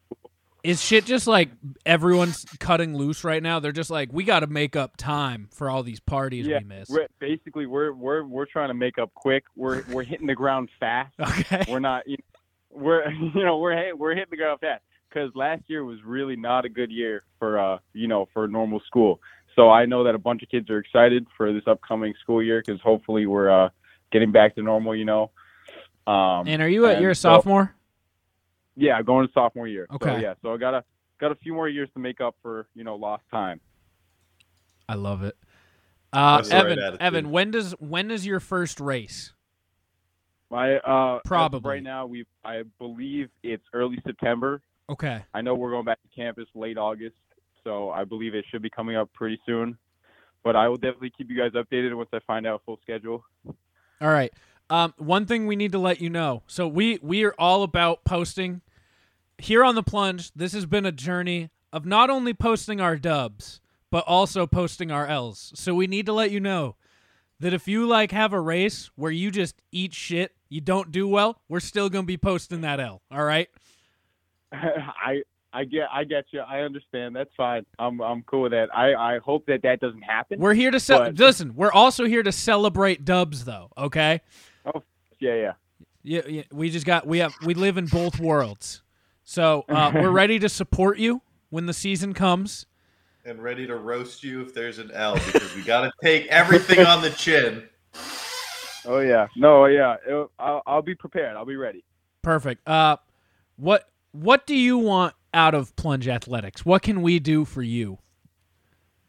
is shit just like everyone's cutting loose right now? They're just like we got to make up time for all these parties we missed. We're, basically, we're we're we're trying to make up quick. We're we're hitting the ground fast. [laughs] Okay. We're not, you know, we're [laughs] you know we're hit- we're hitting the ground fast because last year was really not a good year for uh you know for normal school. So I know that a bunch of kids are excited for this upcoming school year because hopefully we're uh getting back to normal. You know. Um, And are you a, and you're a so- sophomore? yeah, going to sophomore year. So, Okay. yeah, so I got a got a few more years to make up for you know lost time. I love it. Uh, That's the right Evan, attitude. Evan, when does when is your first race? My uh, as of Probably. right now we I believe it's early September. Okay. I know we're going back to campus late August, so I believe it should be coming up pretty soon. But I will definitely keep you guys updated once I find out full schedule. [laughs] All right. Um, one thing we need to let you know. So we we are all about posting here on the plunge. This has been a journey of not only posting our dubs but also posting our L's. So we need to let you know that if you like have a race where you just eat shit, you don't do well, we're still gonna be posting that L. All right. I I get I get you. I understand. That's fine. I'm I'm cool with that. I I hope that that doesn't happen. We're here to ce- but- listen. We're also here to celebrate dubs, though. Okay. Oh yeah, yeah. Yeah, yeah, we just got we have we live in both worlds, so uh, we're ready to support you when the season comes. And ready to roast you if there's an L because we got to take everything on the chin. Oh yeah. No, yeah. It- I'll, I'll be prepared. I'll be ready. Perfect. Uh, what what do you want out of Plunge Athletics? What can we do for you?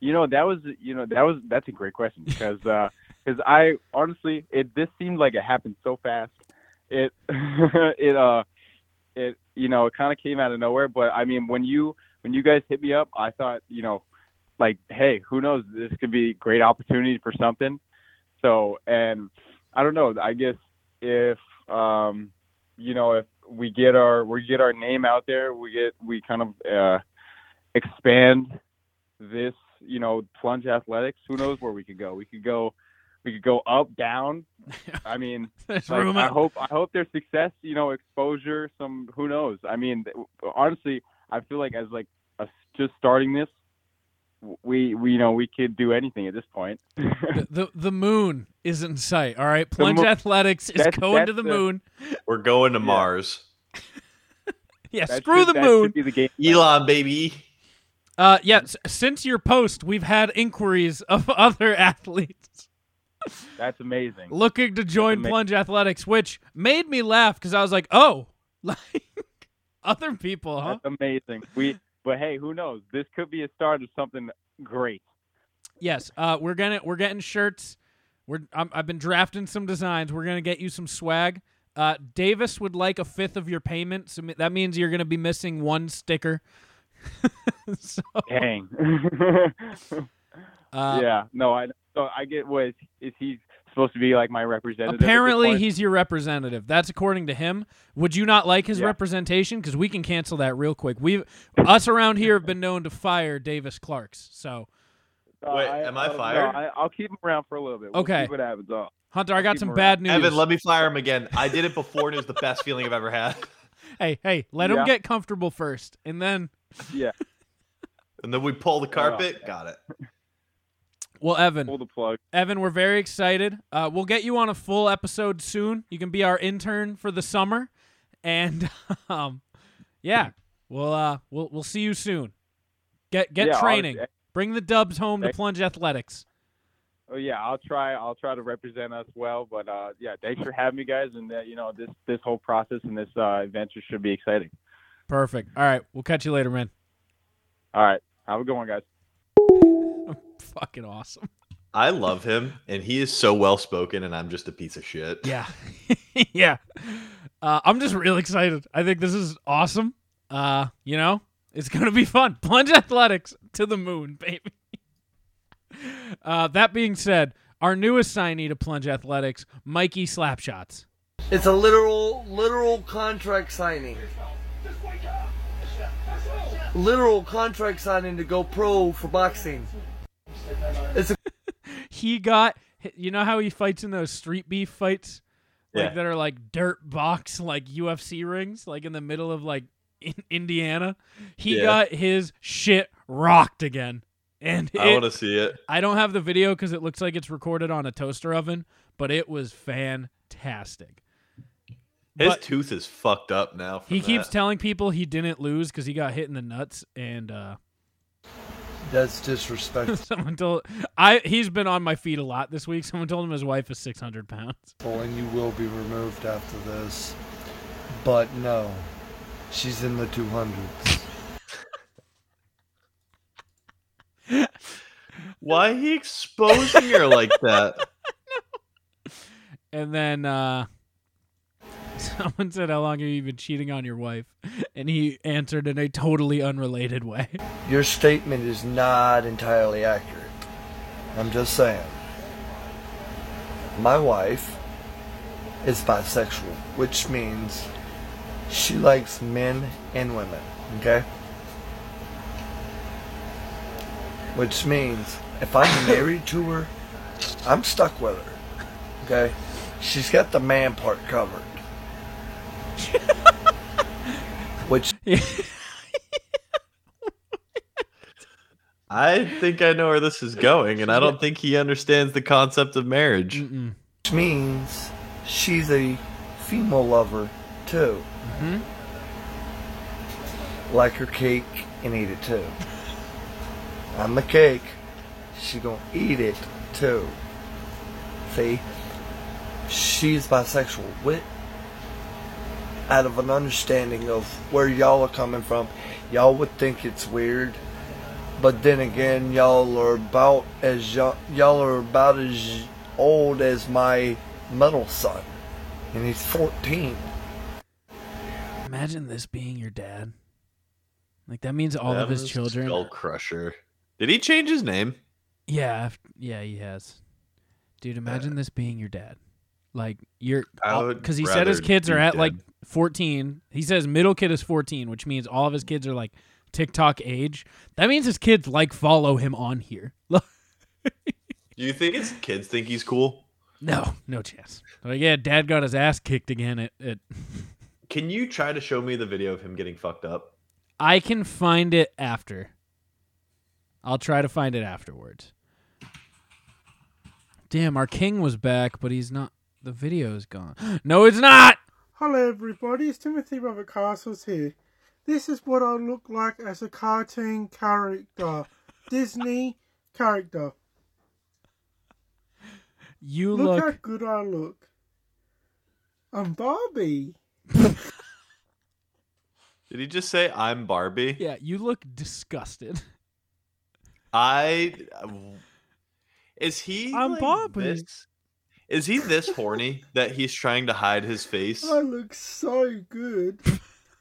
You know, that was you know, that was that's a great question because [laughs] because I honestly it this seemed like it happened so fast. It [laughs] it uh it you know, it kind of came out of nowhere, but I mean, when you when you guys hit me up, I thought, you know, like, hey, who knows, this could be a great opportunity for something. So, and I don't know, I guess if um you know, if we get our we get our name out there, we get we kind of uh expand this, you know, plunge athletics. Who knows where we could go? We could go, we could go up, [laughs] down. I mean, There's like, room I out- hope, I hope there's success. You know, exposure. Some who knows? I mean, th- honestly, I feel like as like a, just starting this, w- we we you know we could do anything at this point. [laughs] the, the the moon is in sight. All right, Plunge moon- Athletics is That's- going to that's the the- moon. We're going to Mars. Yeah, That screw should- the that moon. should be the game. Elon, baby. Uh, yeah. s- Since your post, we've had inquiries of [laughs] other athletes That's amazing. looking to join Ama- Plunge Athletics, which made me laugh because I was like, "Oh, [laughs] like other people, huh?" That's amazing. We, but hey, who knows? This could be a start of something great. Yes, uh, we're gonna we're getting shirts. We're I'm, I've been drafting some designs. We're gonna get you some swag. Uh, Davis would like a fifth of your payment, so me- that means you're gonna be missing one sticker. [laughs] so, Dang. Uh, yeah. No, I. So I get what is, is he supposed to be like my representative? at this Apparently, point? he's your representative. That's according to him. Would you not like his Yeah. representation? Because we can cancel that real quick. We, us around here, have been known to fire Davis Clark's. So, Uh, Wait, am I uh, no, fired? I, I'll keep him around for a little bit. We'll Okay. See what happens. Uh, I'll- Hunter, I got keep some him bad news. Evan, let me fire him again. I did it before and it was the best feeling I've ever had. hey, hey, let him Yeah. get comfortable first, and then [laughs] yeah. Oh, And then we pull the carpet. [laughs] Got it. Well, Evan. Pull the plug. Evan, we're very excited. Uh, we'll get you on a full episode soon. You can be our intern for the summer, and [laughs] um, yeah, we'll uh, we'll we'll see you soon. Get get Yeah, I'll- training. Bring the dubs home to Thank- Plunge Athletics. Oh yeah, I'll try. I'll try to represent us well. But uh, yeah, thanks for having me, guys. And uh, you know, this this whole process and this uh, adventure should be exciting. Perfect. All right, we'll catch you later, man. All right, have a good one, guys. Fucking awesome. I love him, and he is so well spoken, and I'm just a piece of shit. Yeah, [laughs] yeah. Uh, I'm just real excited. I think this is awesome. Uh, you know, it's [laughs] gonna be fun. Plunge Athletics to the moon, baby. [laughs] Uh, that being said, our newest signee to Plunge Athletics, Mikey Slapshots. It's a literal, literal contract signing. Literal contract signing to go pro for boxing. [laughs] He got, you know how he fights in those street beef fights, like Yeah. that are like dirt box, like UFC rings, like in the middle of like in [laughs] Indiana. He Yeah. got his shit rocked again, and I it- want to see it. I don't have the video because it looks like it's recorded on a toaster oven, but it was fantastic. His But- tooth is fucked up now. From He keeps that. telling people he didn't lose because he got hit in the nuts, and uh, That's [laughs] disrespectful someone told I he's been on my feet a lot this week. Someone told him his wife is six hundred pounds. and you will be removed after this. But no, she's in the 200s. [laughs] Why he exposing her like that? And then uh [laughs] someone said, How long have you been cheating on your wife? And he answered in a totally unrelated way. Your statement is not entirely accurate. I'm just saying. My wife is bisexual, which means she likes men and women, okay? Which means [laughs] if I'm married to her, I'm stuck with her, okay? She's got the man part [laughs] covered. Which I think I know where this is going, and I don't think he understands the concept of marriage. Which means she's a female lover too. Like her cake and eat it too. I'm the cake. She gonna eat it too. See, she's bisexual. What? Out of an understanding of where y'all are coming from, y'all would think it's weird. But then again, y'all are about as young, y'all are about as old as my middle son, and he's 14. Imagine this being your dad. Like that means all That of his was children. Skull Crusher. Did he change his name? Yeah, if- yeah, he has. Dude, imagine this being your dad. Like you're I would because he said his rather kids are be at like 14. He says middle kid is 14, which means all of his kids are like TikTok age. That means his kids like follow him on here. [laughs] Do you think his kids think he's cool? no, no chance. Like yeah, dad got his ass kicked again at, at Can you try to show me the video of him getting fucked up? I can find it after. I'll try to find it afterwards. Damn, our king was back, but he's not. The video is gone. [gasps] No, it's not. Hello, everybody. It's Timothy Robert Castles here. This is what I look like as a cartoon character, Disney character. You look, look. how good I look. I'm Barbie. Did he just say I'm Barbie? yeah, you look disgusted. [laughs] I is he I'm like Barbie. this- Is he this horny that he's trying to hide his face? I look so [laughs] good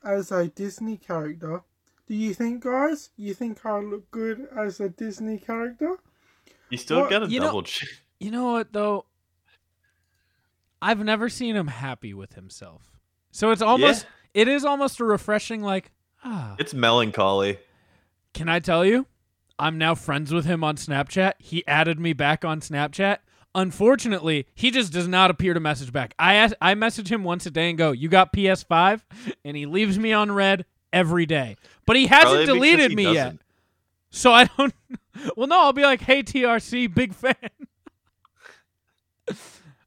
as a Disney character. Do you think, guys? You think I look good as a Disney character? You still Well, got to you know- double check. You know what though? I've never seen him happy with himself. So it's almost. It is almost a refreshing like. Ah, It's melancholy. Can I tell you? I'm now friends with him on Snapchat. He added me back on Snapchat. Unfortunately, he just does not appear to message back. I ask, I message him once a day and go, "You got PS5?" and he leaves me on red every day. But he Probably hasn't because deleted he me yet. doesn't. So I don't [laughs] Well, no, I'll be like, "Hey TRC, big fan."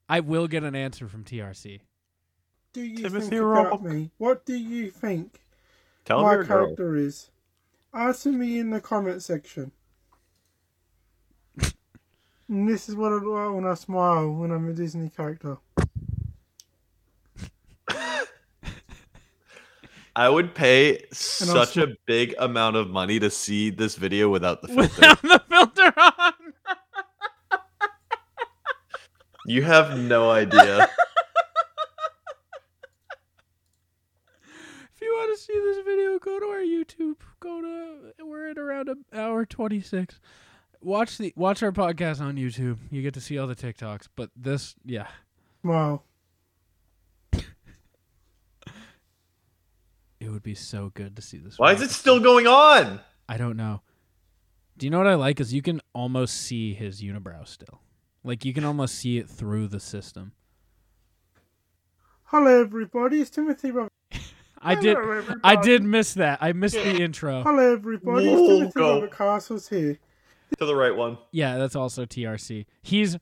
I will get an answer from TRC. Do you Timothy think about Rock. me? What do you think Tell him my you're a girl. character is? Answer me in the comment [laughs] section. and this is what I look like when I smile when I'm a Disney character. I would pay And I'll such a big amount of money to see this video [laughs] without the filter. the filter on. [laughs] you have no idea. If you want to see this video, go to our YouTube. Go to we're at around an hour twenty six. Watch the watch our podcast on YouTube. You get to see all the TikToks. But this, yeah, Smile. it would be so good to see this. Why is it still going on? I don't know. Do you know what I like? Is you can almost see his unibrow still. Like you can almost see it through the system. Hello, everybody. It's Timothy Robert. I did. Hello, I everybody. did miss that. I missed the intro. Hello, everybody. It's Whoa, Timothy go. Robert Castles here. to the right one. Yeah, that's also TRC. He's all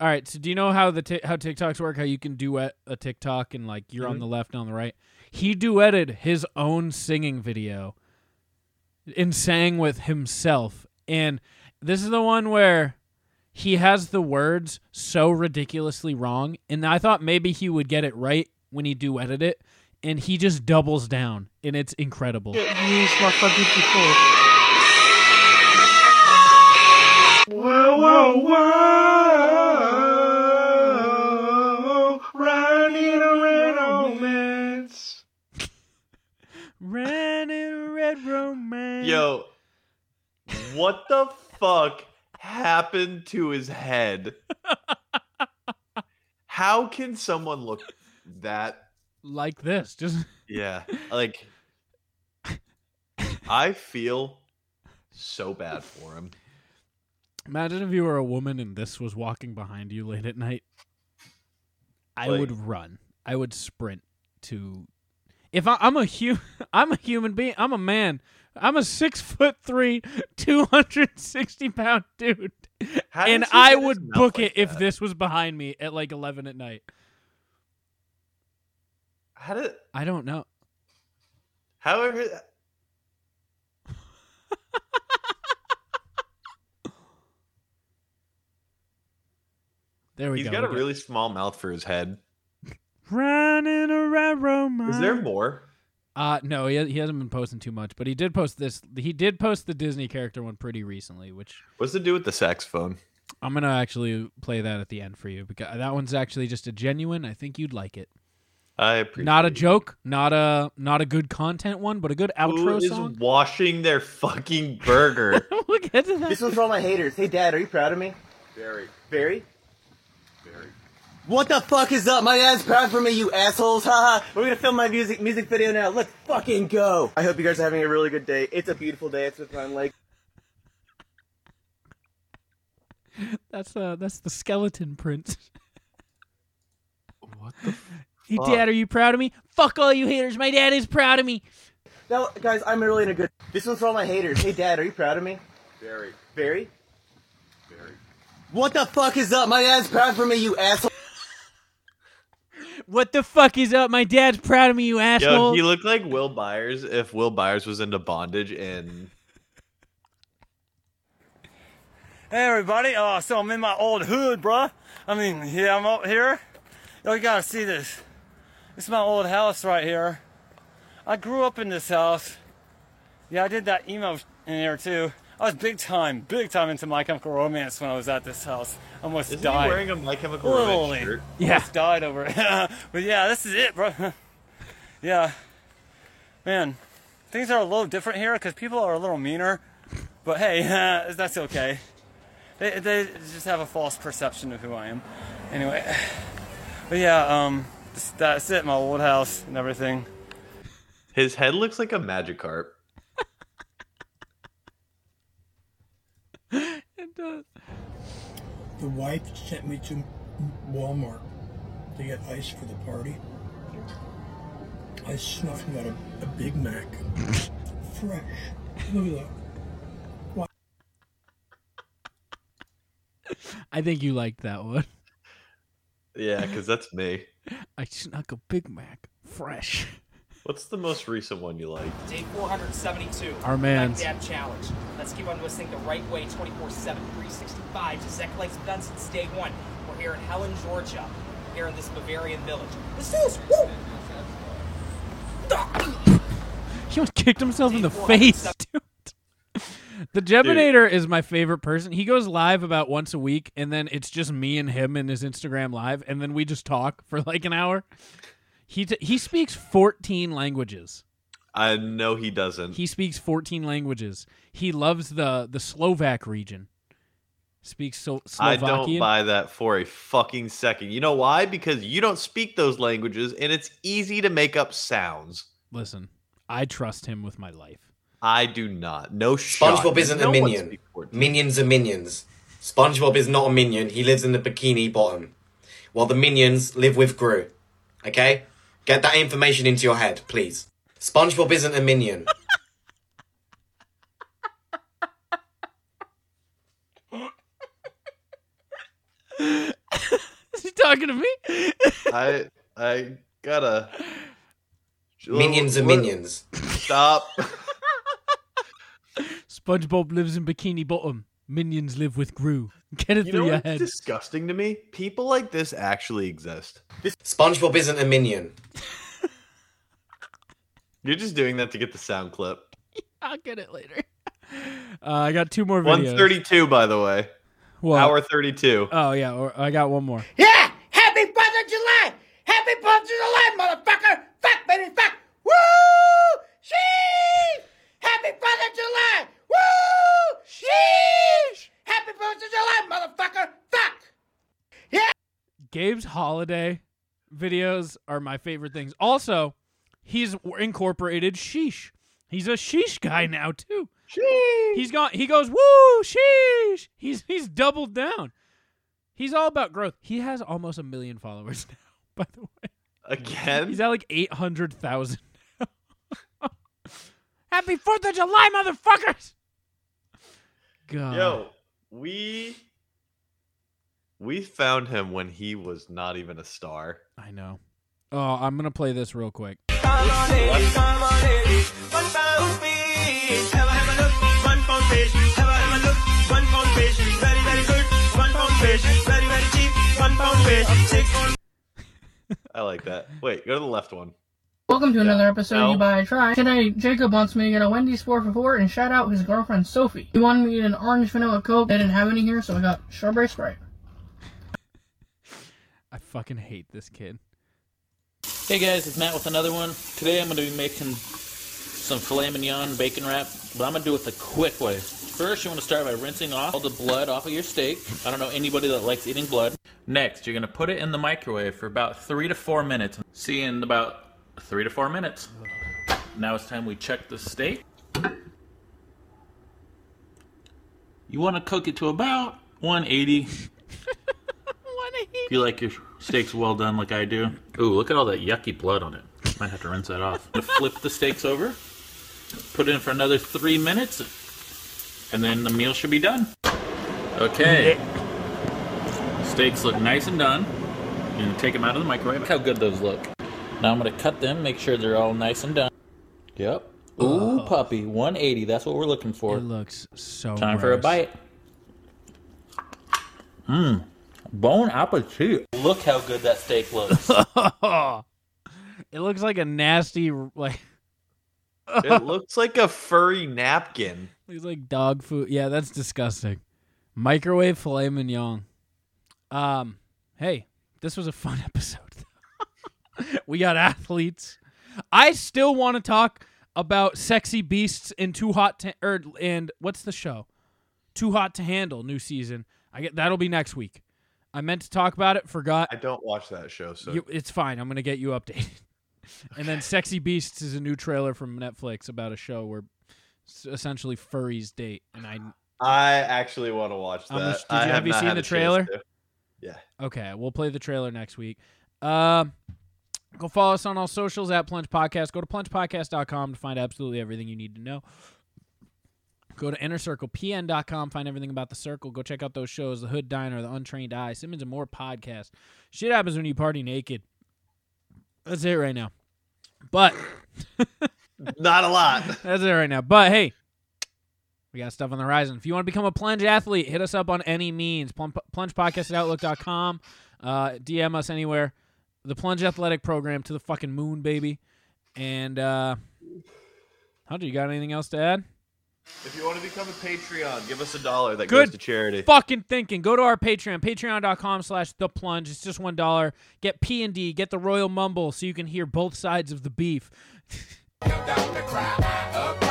right. So do you know how the ti- how TikToks work? How you can duet a TikTok and like you're on Mhm. the left and on the right. He duetted his own singing video and sang with himself. And this is the one where he has the words so ridiculously wrong. And I thought maybe he would get it right when he duetted it. And he just doubles down, and it's incredible. Used like I did before. [laughs] what the fuck happened to his head? How can someone look that like this? Just yeah, like I feel so bad for him. imagine if you were a woman and this was walking behind you late at night. I Like- would run. I would sprint to. If I, I'm a hu- [laughs] I'm a human being. I'm a man. I'm a six foot three, two hundred sixty pound dude, How and does he I get his would mouth book like it if that? this was behind me at like eleven at night. How did I don't know. however [laughs] There we he's go. got a we got- really small mouth for his head. Running around Roma. Is there more? Uh no, he, he hasn't been posting too much, but he did post this. He did post the Disney character one pretty recently, which What's to do with the saxophone? I'm gonna actually play that at the end for you because that one's actually just a genuine. I think you'd like it. I appreciate Not a joke, not a not a good content one, but a good Who outro is song. washing their fucking burger? This one's for all my haters. Hey, Dad, are you proud of me? Very. Very? What the fuck is up? My dad's proud for me, you assholes. Haha. We're gonna film my music music video now. Let's fucking go. I hope you guys are having a really good day. It's a beautiful day. It's with my Lake. [laughs] That's uh that's the skeleton print. [laughs] what the [laughs] Hey, fuck? Dad, are you proud of me? Fuck all you haters. My dad is proud of me. Now, guys, I'm really in a good. This one's for all my haters. Hey, Dad, are you proud of me? Very. Very? Very. What the fuck is up? My dad's proud for me, you asshole. What the fuck is up? My dad's proud of me, you Yo, asshole. he looked like Will Byers if Will Byers was into bondage and Hey everybody, uh, so I'm in my old hood, bruh. I mean, yeah, I'm out here. Yo, you gotta see this. This is my old house right here. I grew up in this house. Yeah, I did that emo sh- in here too. I was big time, big time into My Chemical Romance when I was at this house. Almost Isn't he died. wearing a My Chemical Romance Literally. shirt? Yeah. Almost died over it. [laughs] but yeah, this is it, bro. [laughs] yeah. Man, things are a little different here because people are a little meaner. But hey, [laughs] that's okay. They, they just have a false perception of who I am. Anyway. [sighs] But yeah, um, that's- that's it, my old house and everything. his head looks like a Magikarp. The wife sent me to Walmart to get ice for the party. I snuck and got a, a Big Mac. Fresh. Look at that. I think you liked that one. [laughs] Yeah, because that's me. I snuck a Big Mac, fresh. [laughs] What's the most recent one you like? Day 472. Our mans. Dab Challenge. Let's keep on listening the right way 24 7, 365. to Zach Lake's been done since day one. We're here in Helen, Georgia. We're here in this Bavarian village. This is. Woo! He almost kicked himself in the face, [laughs] dude. The Jebinator is my favorite person. He goes live about once a week, and then it's just me and him in his Instagram live, and then we just talk [laughs] for like an hour. He t- he speaks fourteen languages. I know he doesn't. He speaks fourteen languages. He loves the the Slovak region. Speaks so I Slovakian. don't buy that for a fucking second. You know why? Because you don't speak those languages and it's easy to make up sounds. Listen, I trust him with my life. I do not. No shot. SpongeBob isn't No a one minion. speaks fourteen. Minions are minions. SpongeBob is not a minion. He lives in the bikini bottom. While the minions live with Gru. Okay? Get that information into your head, please. SpongeBob isn't a minion. [laughs] Is he talking to me? I I gotta [laughs] Minions are What- minions. Stop. SpongeBob lives in Bikini Bottom. Minions live with Gru. [laughs] [laughs] Get it You through know your what's head. disgusting to me? People like this actually exist. SpongeBob isn't a minion. You're just doing that to get the sound clip. I'll get it later. Uh, I got two more videos. 132, by the way. What? Hour 32. Oh yeah, or, I got one more. Yeah! Happy 4th of July! Happy 4th of July, motherfucker! Fuck, baby, fuck! Woo! Sheesh! Happy 4th of July! Woo! Sheesh! Gabe's holiday videos are my favorite things. Also, he's incorporated sheesh. He's a sheesh guy now too. Sheesh. He's gone. He goes woo sheesh. He's he's doubled down. He's all about growth. He has almost a million followers [laughs] now. By the way, Again? he's at like eight hundred thousand. Happy Fourth of July, motherfuckers! God. Yo, we we found him when he was not even a star. I know. Oh, I'm gonna play this real quick. I [laughs] like that. Wait, go to the left one. Welcome to another episode Ow. of You Buy a Try. Today, Jacob wants me to get a Wendy's 4 for 4 and shout out his girlfriend Sophie. He wanted me to get an orange vanilla Coke. They didn't have any here, so I got strawberry Sprite. I fucking hate this kid. [laughs] Hey guys, it's Matt with another one. Today I'm going to be making some filet mignon bacon wrap, but I'm going to do it the quick way. First, you want to start by rinsing off all the blood off of your steak. I don't know anybody that likes eating blood. Next, you're going to put it in the microwave for about three to four minutes. See you in about three to four minutes. Now it's time we check the steak. You want to cook it to about 180. If you like your steaks well done like I do. Ooh, look at all that yucky blood on it. Might have to rinse that off. Gonna flip the steaks over, put it in for another three minutes, and then the meal should be done. Okay. Steaks look nice and done. You're gonna take them out of the microwave. Look how good those look. Now I'm gonna cut them, make sure they're all nice and done. Yep. Ooh, puppy, 180. That's what we're looking for. It looks so. Time for a gross. bite. Mmm. Bone appetit. Look how good that [laughs] steak looks. It looks like a nasty like. It looks like a furry napkin. He's like dog food. Yeah, that's disgusting. Microwave filet mignon. Um, hey, this was a fun [laughs] episode. [laughs] we got athletes. I still want to talk about sexy beasts and too hot to or and what's the show? Too hot to handle new season. I get that'll be next week. I meant to talk about it, forgot. I don't watch that show, so You, it's fine. I'm gonna get you updated. [laughs] And then Sexy Beasts is a new trailer from Netflix about a show where s- essentially furries date. And I, I actually want to watch that. I'm a- did I you- have you not seen had the a chance trailer? to. Yeah. Okay, we'll play the trailer next week. Um, go follow us on all socials at Plunge Podcast. Go to plungepodcast.com to find absolutely everything you need to know. Go to innercirclepn.com, find everything about the circle. Go check out those shows The Hood Diner, The Untrained Eye, Simmons and More Podcast. Shit happens when you party naked. That's it right now. But [laughs] not a lot. That's it right now. But hey, we got stuff on the horizon. If you want to become a plunge athlete, hit us up on any means. Plum- Plungepodcast at outlook.com. Uh, DM us anywhere. The Plunge Athletic Program to the fucking moon, baby. And uh, Hunter, you got anything else to add? If you want to become a Patreon, give us a dollar that Good goes to charity. Fucking thinking. Go to our Patreon, patreon.com slash the plunge. It's just one dollar. Get P and D, get the Royal Mumble so you can hear both sides of the beef. Up